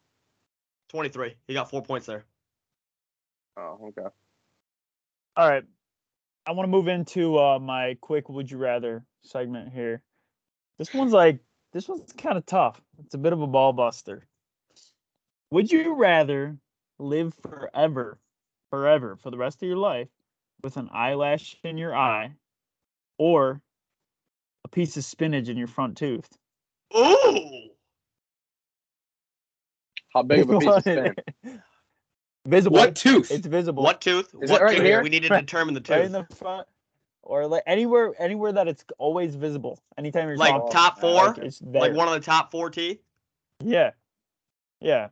23? He got four points there. Oh, okay. All right. I want to move into uh, my quick would you rather segment here. This one's like this one's kind of tough. It's a bit of a ball buster. Would you rather live forever, forever for the rest of your life with an eyelash in your eye or a piece of spinach in your front tooth? Ooh. How big of a piece of spin? Visible. What tooth? It's visible. What tooth? Is what it right tooth? here? We need to Right- determine the tooth. right in the front or like anywhere anywhere that it's always visible anytime you're like Oh, talking top I like four? like, Like, it's there. one of the top four teeth? yeah yeah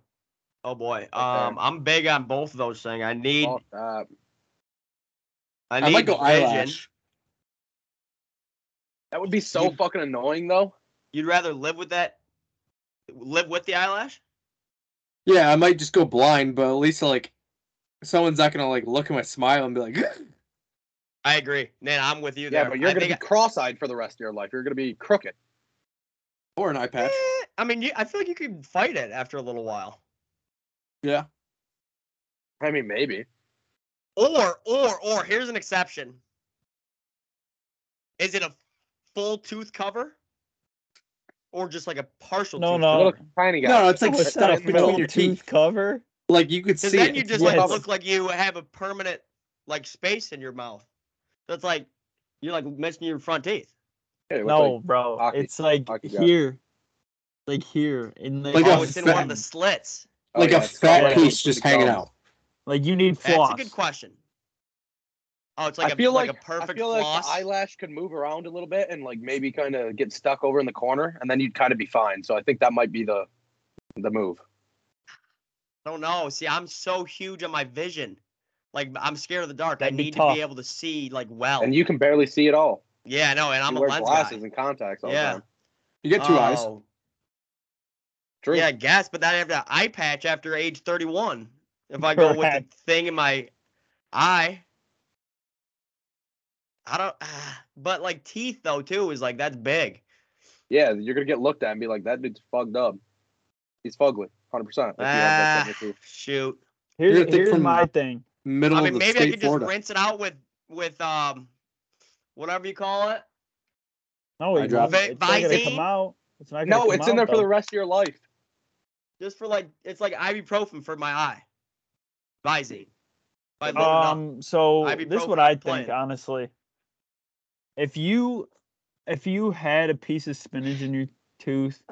Oh boy. there. Um, I'm big on both of those things. I need. Well, uh, I need I might go vision. eyelash. That would be so You- fucking annoying, though. You'd rather live with that, live with the eyelash? Yeah, I might just go blind, but at least like someone's not gonna like look at my smile and be like, I agree. Man, I'm with you yeah, there. but you're I gonna be think cross-eyed for the rest of your life. You're gonna be crooked. or an eye patch. I, Eh, I mean, you, I feel like you could fight it after a little while. Yeah. I mean, maybe. Or, or, or here's an exception. Is it a full tooth cover, or just like a partial? No, tooth no. A little Cover? tiny guy. No, it's like What's stuff that, a metal between your teeth. tooth cover Like you could Because see. then it. you just Yes. like look like you have a permanent like space in your mouth. That's like you're like missing your front teeth. Yeah, it looks no like- bro hockey- it's like hockey guy. here like here in the Like oh, a it's in one of the fat- slits. oh, like yeah, a it's fat called- like- piece just hanging gums. out. like you need That's floss a good question. Oh, it's I like a feel like, like, a perfect I feel floss. like the eyelash could move around a little bit and like maybe kind of get stuck over in the corner, and then you'd kind of be fine. So I think that might be the the move. I don't know. See, I'm so huge on my vision. Like I'm scared of the dark. I That'd be need to tough. be able to see like well. And you can barely see it all. yeah, I know, and Oh. I'm you a wear lens glasses guy. and contacts all Yeah. the time. You get two eyes. Oh, True. Yeah, I guess, but then I have that eye patch after age 31. If I go with the Correct. thing in my eye, I don't. ah, But like teeth though too is like that's big. Yeah, you're gonna get looked at and be like, "That dude's fucked up. He's fugly, hundred percent." Ah, shoot. You're here's, gonna think here's from- my thing Middle I mean, of the maybe I state, could just Florida. rinse it out with with um, whatever you call it. no I it- dropped it. it's not gonna Visine? come out it's not gonna No, come it's in there out, for the though. rest of your life. Just for like it's like ibuprofen for my eye. Visine. If I load it up. Um. So this is what Ibuprofen I think, plan. honestly. If you, if you had a piece of spinach in your tooth,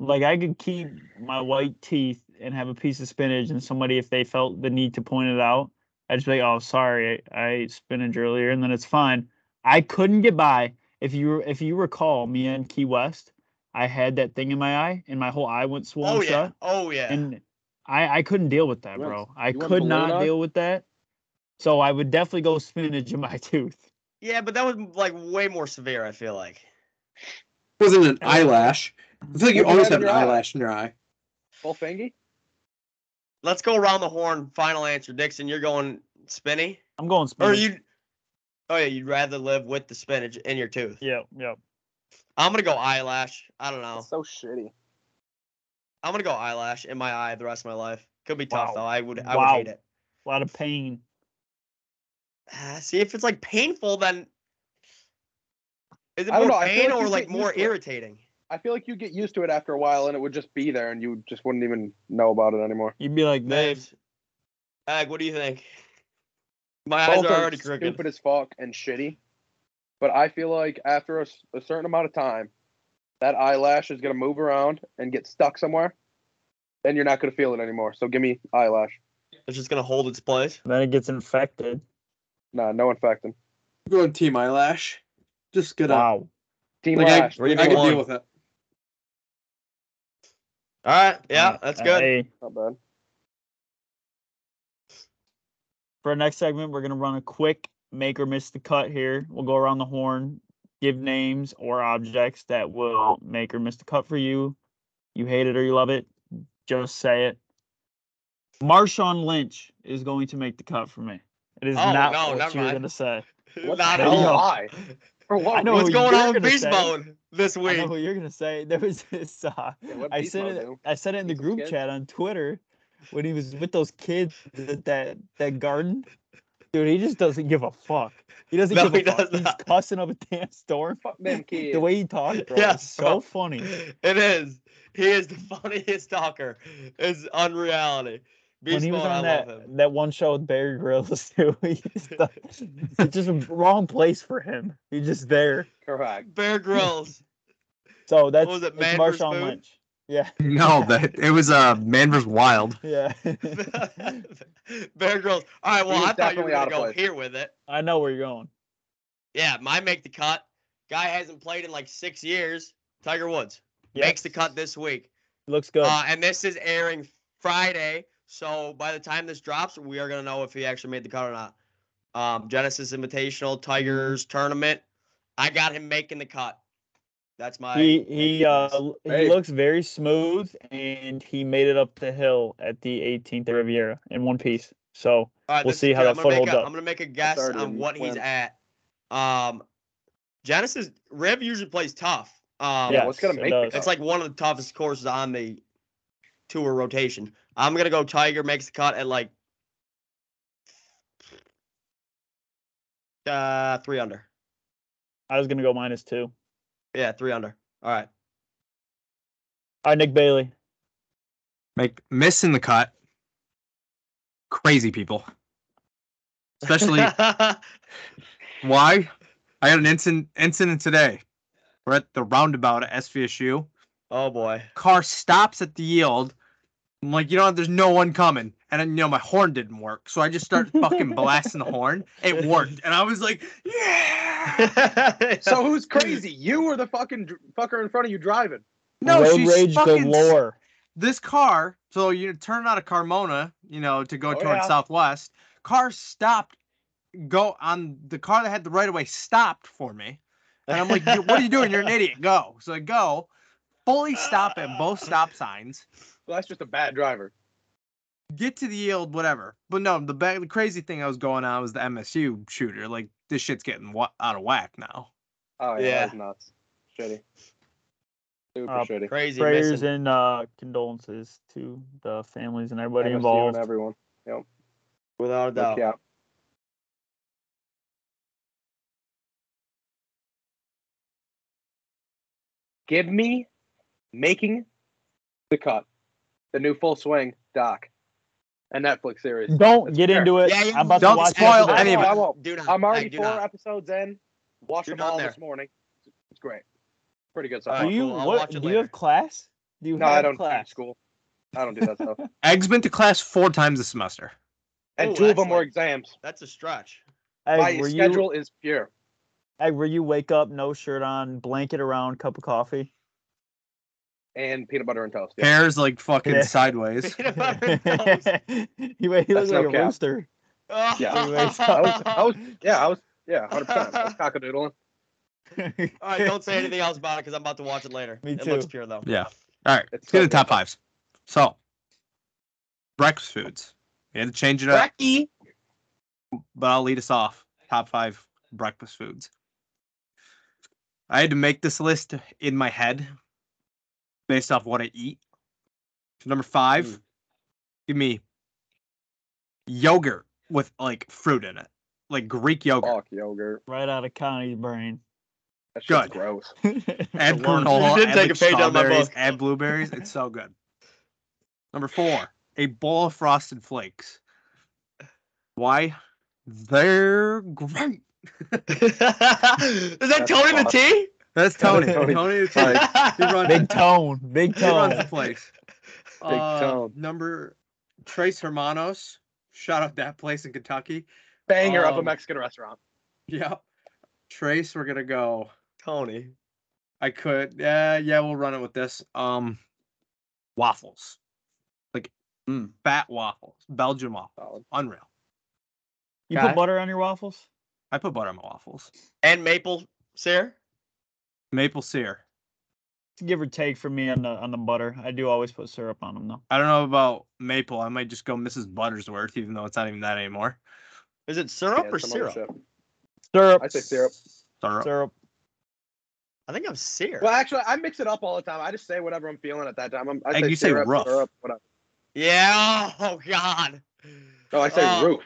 like I could keep my white teeth and have a piece of spinach, and somebody, if they felt the need to point it out, I'd just be like, "Oh, sorry, I, I ate spinach earlier," and then it's fine. I couldn't get by. If you if you recall, me and Key West, I had that thing in my eye, and my whole eye went swollen Oh shut yeah. Oh yeah. and I I couldn't deal with that, You want- bro. I you want could balloon not eye? deal with that. So I would definitely go spinach in my tooth. yeah, but that was like way more severe. I feel like. It wasn't an eyelash. I feel like you What do you always have have in an your eye? eyelash in your eye. Full fingy. Let's go around the horn. Final answer, Dixon. You're going spinny, I'm going or spinach. you? Oh yeah, you'd rather live with the spinach in your tooth. Yeah, yeah. I'm gonna go eyelash. I don't know. It's so shitty. I'm gonna go eyelash in my eye the rest of my life. Could be tough Wow. though. I would. I Wow. would hate it. A lot of pain. Ah, See if it's like painful, then is it I don't more know, I feel pain like or you like get used more to it. irritating? I feel like you get used to it after a while, and it would just be there, and you just wouldn't even know about it anymore. You'd be like, babe, Babes, Ag, what do you think? My eyes Both are are already crooked. stupid as fuck and shitty. But I feel like after a, s- a certain amount of time, that eyelash is gonna move around and get stuck somewhere, and you're not gonna feel it anymore. So give me eyelash. It's just gonna hold its place. then it gets infected. Nah, no infecting. I'm going team eyelash. Just get on. Wow. Team Like I, lash. Where you I go can on? deal with it. All right. Yeah, Uh, that's uh, good. hey, Not bad. for our next segment, we're gonna run a quick make or miss the cut here. We'll go around the horn, give names or objects that will make or miss the cut for you. You hate it or you love it, just say it. Marshawn Lynch is going to make the cut for me. It is Oh, not no, what never you were mind. gonna say. What Not the at hell? all. Why? For what? I know What's who going you're on with gonna Beast say. Mode this I week? know what you're gonna say. There was this. Uh, Yeah, what I beast said mode it. do? I said it in the Piece of group shit. chat on Twitter. when he was with those kids at that that garden. Dude, he just doesn't give a fuck. He doesn't No, give a he fuck. does He's not. cussing up a damn storm. Fuck them kids. The way he talks, bro, Yeah, is so bro. funny. It is. He is the funniest talker. It's unreality. Beast when he was Mode, on I love that him. that one show with Barry Grylls too, he just, it's just a wrong place for him. He's just there. Correct. Bear Grylls. So that's was it, it's Man vs. Marshawn Food? Lynch. Yeah, No, that it was uh Man vs. Wild. yeah. Bear Grylls. All right, well, He was I thought you were definitely going to out of go place. here with it. I know where you're going. Yeah, my make the cut. Guy hasn't played in like six years. Tiger Woods Yep. makes the cut this week. Looks good. Uh, and this is airing Friday. So by the time this drops, we are going to know if he actually made the cut or not. Um, Genesis Invitational, Tigers Mm-hmm. Tournament. I got him making the cut. That's my. he he uh l- he Hey. looks very smooth, and he made it up the hill at the 18th Riviera in one piece. So All right, We'll this is see how good. that I'm gonna foot make holds a, up. I'm gonna make a guess already on in what he's win. at. Um, Genesis Rev usually plays tough. Um, yeah, what's gonna make the it's like one of the toughest courses on the tour rotation. I'm gonna go Tiger makes the cut at like uh three under. I was gonna go minus two. Yeah, three under. All right. All right, Nick Bailey. Like missing the cut. Crazy people. Especially why? I had an incident incident today. We're at the roundabout at SVSU. oh boy. Car stops at the yield. I'm like, you know, what? there's no one coming. And then, you know, my horn didn't work. So I just started fucking blasting the horn. It worked. And I was like, yeah. So who's crazy? You or the fucking dr- fucker in front of you driving? No, Road she's rage fucking galore. this car, so you turn out of Carmona, you know, to go Oh, toward yeah. Southwest. Car stopped, go on the car that had the right of way stopped for me, and I'm like, "You- "What are you doing? You're an idiot. Go!" So I go, fully stop at both stop signs, Well, that's just a bad driver. get to the yield, whatever. But no, the ba- the crazy thing I was going on was the MSU shooter. Like this shit's getting wa- out of whack now. Oh yeah, Yeah. that's nuts. Shitty. Super Uh, shitty. crazy Prayers missing. and uh, condolences to the families and everybody MSU involved. and everyone. without a No doubt. cap. Give me making the cut. The new full swing doc. A Netflix series. Don't That's get fair. into it. Yeah, yeah, I'm about don't to watch spoil it. any today. of it. I I won't. won't. Do not. I'm already I do four not. episodes in. Watched You're them all done there. this morning. It's great. Pretty good All stuff. right, Do you cool, I'll what? watch it Do you later. have class? Do you no, have I don't do class? school. I don't do that stuff. Eggs been to class four times this semester. And Ooh, two of that's them were like- exams. That's a stretch. Hey, My were you schedule is pure. hey, were you wake up no shirt on, blanket around, cup of coffee? And peanut butter and toast. Yeah. Hairs like fucking Yeah. sideways. Peanut butter he, and toast. wa- he looks That's no like a cap. rooster. Yeah. Anyways, I was, I was, yeah, I was, yeah, 100%. I was cockadoodling. All right, don't say anything else about it because I'm about to watch it later. Me it looks too. pure though. Yeah. All right. It's Let's get so to the top good. fives. So, breakfast foods. We had to change it up, Brecky. but I'll lead us off. Top five breakfast foods. I had to make this list in my head based off what I eat. So number five, Mm. give me yogurt with like fruit in it, like Greek yogurt. Fuck yogurt. Right out of Connie's brain. That shit's Good. gross. add Lord. granola, You did add take like, a page out of my strawberries, book. add blueberries. It's so good. Number four, a bowl of frosted flakes. Why? They're great. Is that That's Tony the awesome. T? That's Tony. Tony. Tony, the Tony. He runs, big tone, big he runs tone. the place. Big Uh, Tone. Number Trace Hermanos. Shout out that place in Kentucky. Banger of a Um, Mexican restaurant. Yep. Trace, we're gonna go. Tony. I could. Yeah, yeah, we'll run it with this. Um, waffles, like Mm. fat waffles, Belgian waffles, Hmm. Solid. unreal. You guy. put butter on your waffles? I put butter on my waffles. And Maple Sarah. Maple syrup. It's a give or take for me on the on the butter. I do always put syrup on them though. I don't know about maple. I might just go Mrs. Buttersworth, even though it's not even that anymore. Is it syrup Yeah, or some other syrup? shit. Syrup. I say syrup. Syrup. Syrup. I think I'm syrup. Well, actually, I mix it up all the time. I just say whatever I'm feeling at that time. I'm, I Like say you say syrup, rough. syrup, whatever. Yeah. Oh God. No, I said Uh, roof.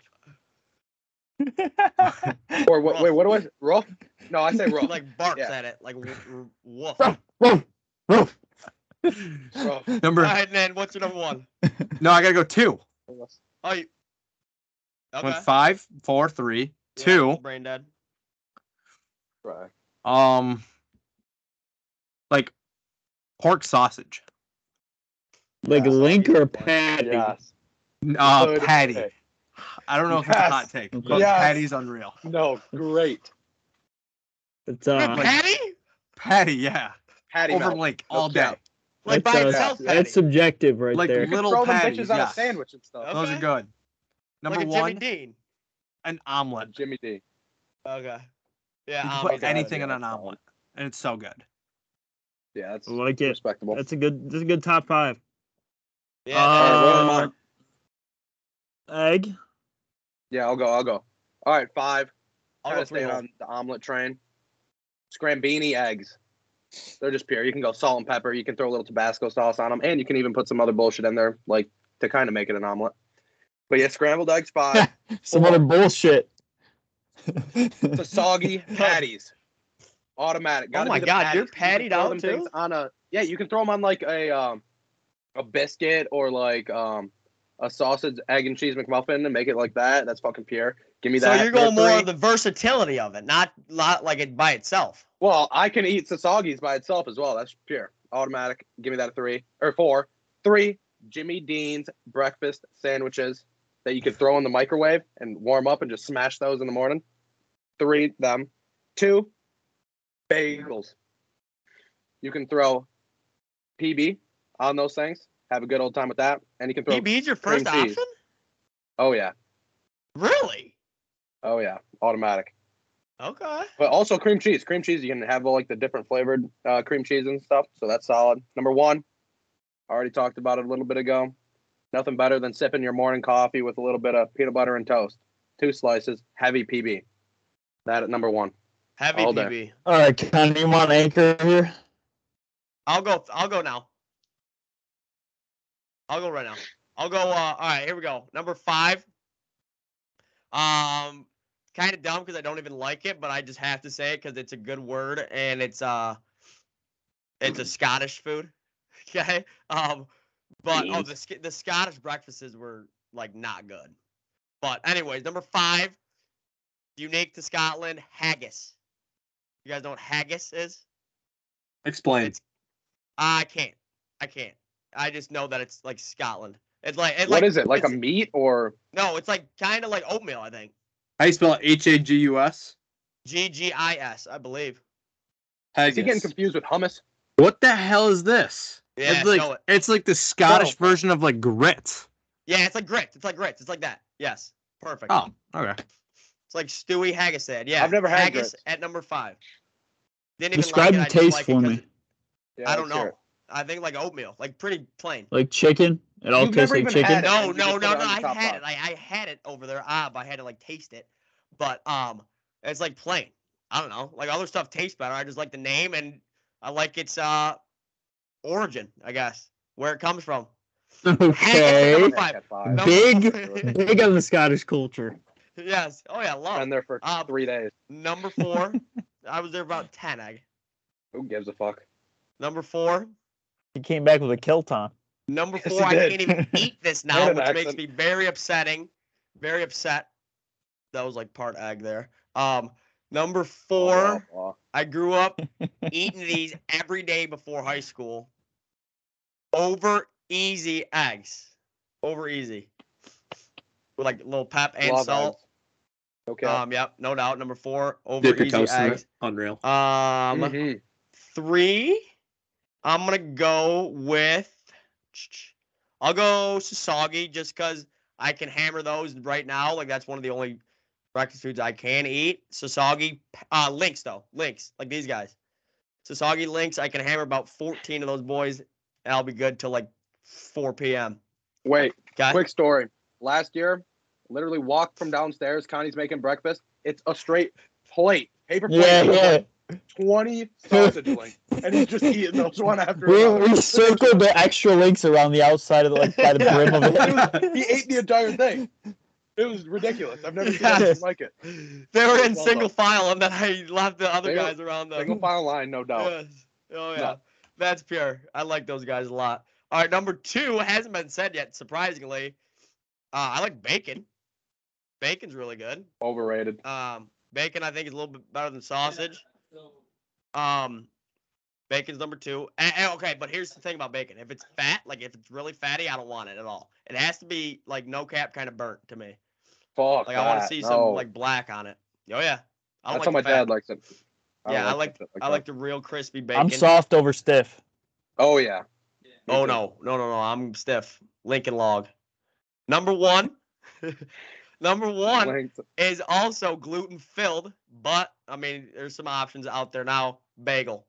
Or what, wait, what do I? Roof? No, I say roof. Like barks Yeah. at it. Like w- w- woof. Ruff. All roof. number. right, Nan. What's your number one? No, I gotta go two. Oh, you... okay. Went five, four, three, Yeah, two. Brain dead. Right. Um, like pork sausage. like Yeah. link or patty. Yes. Uh, Good patty. pick. I don't know if it's a Yes. hot take, but Yes. patty's unreal. No, great. It's Uh-huh. uh, Patty? Patty, yeah, Patty over melt. like No all day. doubt. Like by that's, uh, itself, Patty. that's subjective right Like there. You could Little throw patties, them bitches on yes. Oh, a sandwich and stuff. Okay. Those are good. Number like a one, Jimmy Dean. an omelet. Jimmy D. Okay. You Yeah. can um, put it's- anything in yeah, an solid. omelet, and it's so good. Yeah, that's I like it. respectable. That's a good. That's a good top five. Yeah. Alright, what are Uh, mine? Egg. yeah, I'll go. I'll go. All right, five. I'll kind go of staying freehold. on the omelet train. Scrambini eggs. They're just pure. You can go salt and pepper. You can throw a little Tabasco sauce on them, and you can even put some other bullshit in there, like to kind of make it an omelet. But yeah, scrambled eggs five. Some Four. other bullshit. the soggy patties, automatic. Gotta Oh my be the God, patties. you're You can pattied throw out them things too? On a yeah, you can throw them on like a um, a biscuit or like um, a sausage, egg and cheese McMuffin, and make it like that. That's fucking pure. Give me So that. you're going more They're of free. the versatility of it, not not like it by itself. Well, I can eat sasagis by itself as well. That's pure. Automatic. Give me that a three or four. Three Jimmy Dean's breakfast sandwiches that you could throw in the microwave and warm up and just smash those in the morning. Three them. Two bagels. You can throw PB on those things. Have a good old time with that. And you can throw PB's your first cream cheese. option? Oh yeah. Really? Oh yeah. Automatic. Okay. But also cream cheese. Cream cheese, you can have like the different flavored uh, cream cheese and stuff. So that's solid. Number one, I already talked about it a little bit ago. Nothing better than sipping your morning coffee with a little bit of peanut butter and toast. Two slices, heavy PB. That at number one. Heavy All day. PB. All right, Ken, you want anchor here? I'll go. I'll go now. I'll go right now. I'll go. Uh, all right, here we go. Number five. Um, kind of dumb because I don't even like it, but I just have to say it because it's a good word and it's uh, it's a Scottish food. Okay. Um, but oh, the Sc- the Scottish breakfasts were like not good. But anyways, number five, unique to Scotland, haggis. You guys know what haggis is? Explain. It's- I can't. I can't. I just know that it's like Scotland. It's like it's like, what is it? Like a it's- meat or no, it's like kind of like oatmeal. I think How you spell H A G U S? G G I S. I believe. is he getting confused with hummus? What the hell is this? Yeah, it's like no, it- it's like the Scottish Bro. version of like grits. Yeah, it's like grits. It's like grits. It's like that. Yes, perfect. Oh, okay. It's like Stewie Haggis said. Yeah, I've never had haggis grits. at number five. Didn't even like Describe the it. I just taste like it for 'cause me. it- Yeah, I don't let's hear know. I think like oatmeal, like pretty plain. Like chicken? It all You've tastes never even like chicken. had it. No, and you no, just put no, it no. on the I top had it. box. I, I had it over there. Ah, but I had to like taste it. But um, it's like plain. I don't know. Like other stuff tastes better. I just like the name and I like its uh origin. I guess where it comes from. Haggis at Okay. number five. At five. No. Big, big on the Scottish culture. Yes. Oh yeah, love. Been there for Uh, three days. number four. I was there about ten. I Who gives a fuck? number four. He came back with a kilt on. Number Yes, four, he I did. can't even eat this now, Had which an makes accent. me very upsetting. Very upset. That was like part egg there. Um, number four, Oh, oh, I grew up eating these every day before high school. Over easy eggs. Over easy. With like a little pep oh. and Love salt. eggs. Okay. Um, yep, no doubt. Number four, over easy eggs. Unreal. Um, Mhm. three. I'm gonna go with. I'll go Sasagi just because I can hammer those right now. Like that's one of the only breakfast foods I can eat. Sasagi, uh, links though, links like these guys. Sasagi links. I can hammer about 14 of those boys, and I'll be good till like 4 p.m. Wait, Okay. Quick story. Last year, literally walked from downstairs. Connie's making breakfast. It's a straight plate, paper plate. Yeah, yeah. twenty sausage links, and he's just eating those one after We, another. we circled the extra links around the outside of the, like by the Yeah. brim of it. He ate the entire thing. It was ridiculous. I've never seen Yeah. anything like it. They were in single file, and then I left the other They were guys around them. Single file line, no doubt. Yes. Oh Um, yeah. That's pure. I like those guys a lot. All right, number two hasn't been said yet, surprisingly. Uh, I like bacon. Bacon's really good. Overrated. Um, bacon I think is a little bit better than sausage. Um, bacon's number two. A- a- okay, but here's the thing about bacon: if it's fat, like if it's really fatty, I don't want it at all. It has to be like no cap, kind of burnt to me. Fuck. Like I want to that. see no. some like black on it. Oh yeah. I don't That's like how the my fat. dad likes it. don't Yeah, I like- shit I that. like the real crispy bacon. I'm soft over stiff. Oh yeah. Me Oh too. no, no, no, no! I'm stiff. Lincoln Log. Number one. number one Linked- is also gluten filled, but I mean, there's some options out there now. Bagel,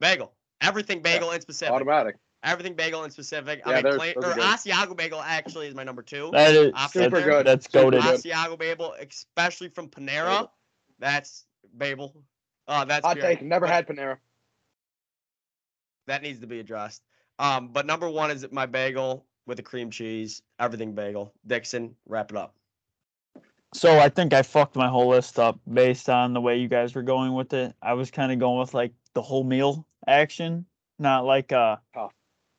bagel, everything bagel in specific. Automatic. Everything bagel in specific. Yeah, I mean, those- plain, those are or good. Asiago bagel actually is my number two. That Option is that's- Super good. That's Super goaded. good. Asiago bagel, especially from Panera. Bagel. That's bagel. Uh, that's Hot pure. take. Never But- had Panera. that needs to be addressed. Um, but number one is my bagel with a cream cheese, everything bagel. Dixon, wrap it up. So I think I fucked my whole list up based on the way you guys were going with it. I was kind of going with like the whole meal action, not like a like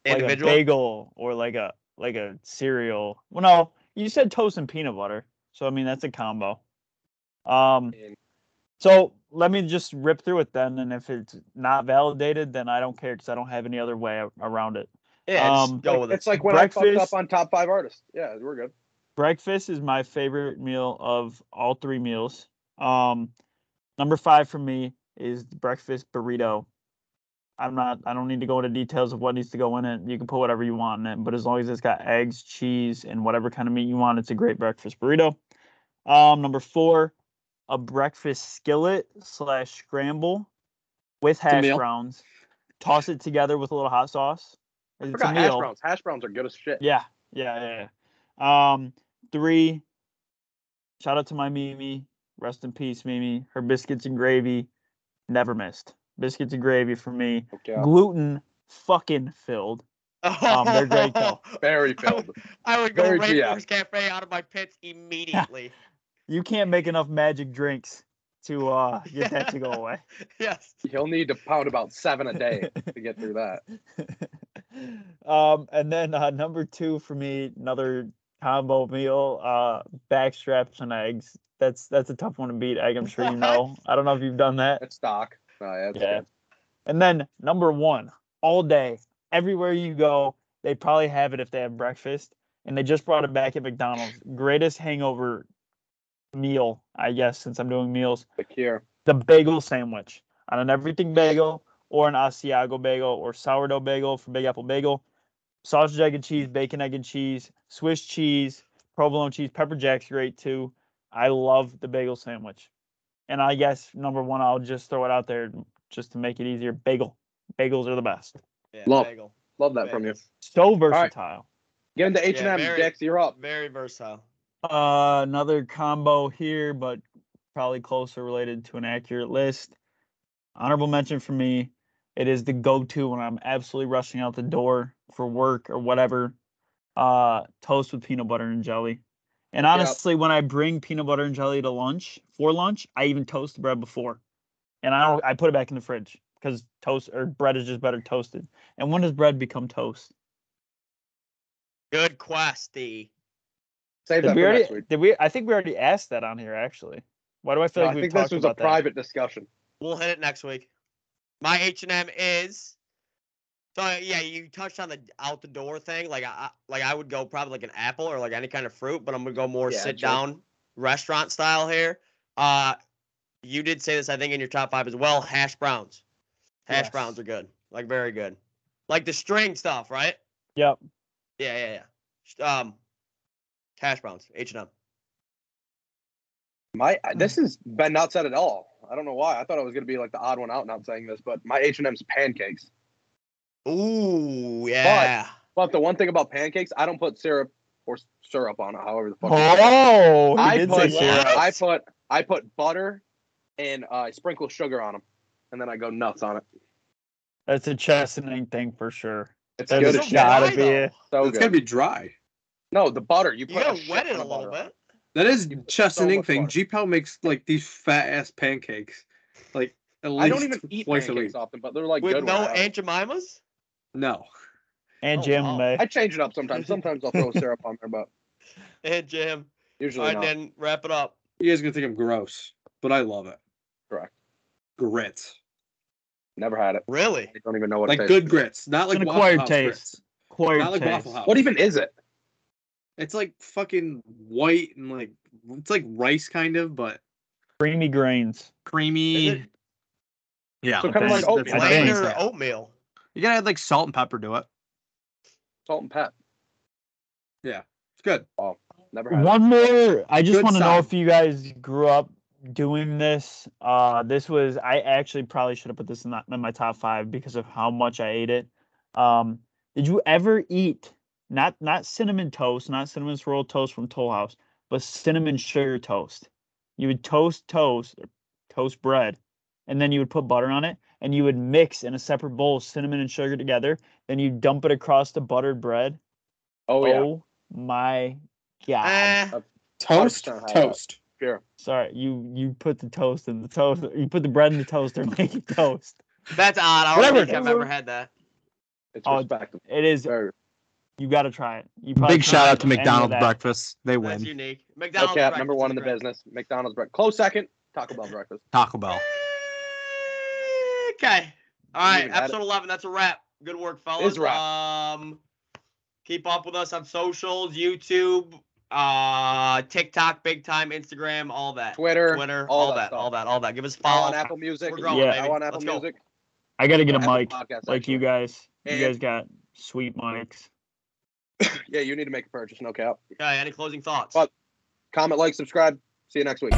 a Individual. bagel or like a like a cereal. Well, no, you said toast and peanut butter, so I mean that's a combo. Um, And- so let me just rip through it then, and if it's not validated, then I don't care because I don't have any other way a- around it. yeah, just um, go with it. It's like when I fucked Breakfast. up on top five artists. Yeah, we're good. breakfast is my favorite meal of all three meals. Um, number five for me is the breakfast burrito. I'm not. I don't need to go into details of what needs to go in it. You can put whatever you want in it, but as long as it's got eggs, cheese, and whatever kind of meat you want, it's a great breakfast burrito. Um, number four, a breakfast skillet slash scramble with a hash meal. browns. Toss it together with a little hot sauce. It's Forgot a hash meal. browns. Hash browns are good as shit. Yeah, yeah, yeah, yeah. Um, three. Shout out to my Mimi. Rest in peace, Mimi. Her biscuits and gravy, never missed. Biscuits and gravy for me. Okay. Gluten fucking filled. um, they're great, though. Very filled. I would go Very right GF. Forks Cafe out of my pits immediately. You can't make enough magic drinks to uh get that to go away. yes. He'll need to pound about seven a day to get through that. um, and then uh, number two for me, another combo meal, uh, backstraps and eggs. That's that's a tough one to beat. Egg, I'm sure you know. I don't know if you've done that. That's stock. No, yeah, that's Yeah. good. And then number one, all day, everywhere you go, they probably have it if they have breakfast. And they just brought it back at McDonald's. Greatest hangover meal, I guess, since I'm doing meals. The cure. The bagel sandwich on an everything bagel or an Asiago bagel or sourdough bagel for Big Apple bagel, sausage, egg, and cheese, bacon, egg, and cheese, Swiss cheese, provolone cheese, pepper jack's great too. I love the bagel sandwich. And I guess number one, I'll just throw it out there just to make it easier. Bagel. Bagels are the best. Yeah, Love bagel. Love that from you. Bagels. So right. versatile. Get into H and M, very- Dix. You're up. Very versatile. Uh, another combo here, but probably closer related to an accurate list. Honorable mention for me, it is the go-to when I'm absolutely rushing out the door for work or whatever. Uh, toast with peanut butter and jelly. And honestly, when I bring peanut butter and jelly to lunch for lunch, I even toast the bread before, and I don't. I put it back in the fridge because toast or bread is just better toasted. And when does bread become toast? Good questy. Save Did that we for already? next week. Did we? I think we already asked that on here. Actually, why do I feel No, like I we've think talked this was a about that? private discussion. We'll hit it next week. My H and M is. So yeah, you touched on the out the door thing. Like I I- like I would go probably like an apple or like any kind of fruit, but I'm gonna go more Yeah, sit sure. down restaurant style here. Uh, you did say this I think in your top five as well. Hash browns, hash Yes. browns are good. Like very good. Like the string stuff, right? Yep. Yeah, yeah, yeah. Um, hash browns, H and M. My I- this Hmm. has been not said at all. I don't know why. I thought I was gonna be like the odd one out not saying this, but my H and M's pancakes. Ooh, yeah. But the one thing about pancakes, I don't put syrup or s- syrup on it. However the fuck. you say it. Oh, he I did put say syrup. syrup. I put I put butter and uh, I sprinkle sugar on them. and then I go nuts on it. That's a chastening thing for sure. It's That good is as shit. gotta Why, be though? it. So it's good. gonna be dry. no, the butter you put. You gotta shit wet it ton a of little butter on. bit. That is You put just so an ink much thing. butter. G-Pal makes like these fat ass pancakes. Like at least I don't even eat twice pancakes a week. often, but they're like With good. when I no have them. Aunt Jemimas? No. And Oh, Jim wow. May. I change it up sometimes. Sometimes I'll throw syrup on there, but Aunt Jam. All usually right, not. then wrap it up. You guys are gonna think I'm gross, but I love it. Correct. Grits. Never had it. Really? I don't even know what. it Like tastes good grits, not like an Waffle acquired House taste. grits. Acquired Not like taste. Waffle House. What even is it? It's like fucking white and like it's like rice kind of, but Creamy grains. Is creamy. it Yeah, So kind of think like it's- oatmeal, I think plain so. or oatmeal? you gotta add like salt and pepper to it. salt and pep. it's good. Never had. it. One more. I just Good want to know sign. if you guys grew up doing this. Uh, this was I actually probably should have put this in, the, in my top five because of how much I ate it. Um, did you ever eat not not cinnamon toast, not cinnamon swirl toast from Toll House, but cinnamon sugar toast? You would toast toast, or toast bread, and then you would put butter on it, and you would mix in a separate bowl cinnamon and sugar together. Then you dump it across the buttered bread. Oh yeah, my god! Eh, Toast, 100% had that. toast. sure. Sorry, you you put the toast in the toast. You put the bread in the toaster, make it toast. that's odd. I don't Whatever. think I've ever had that. It's Oh, respectable. It is. Very- You got to try it. You probably Big can't shout out to have any of McDonald's that. breakfast. They That's win. unique. McDonald's. Okay, breakfast number is one in the great. business. McDonald's breakfast. Close second. Taco Bell breakfast. Taco Bell. Okay. All right. even had it. Episode 11. That's a wrap. Good work, fellas. It's a wrap. Um, keep up with us on socials, YouTube, uh, TikTok, big time, Instagram, all that. Twitter. Twitter, all all, that that, stuff. all that, all that. Give us a Now follow. on Apple Music. We're growing, Yeah. Now on baby. Apple Let's go. Music. I got to get a Apple mic Podcasts, like you actually. guys. And- You guys got sweet mics. Yeah, you need to make a purchase. No cap. Okay, any closing thoughts? But- Comment, like, subscribe. See you next week.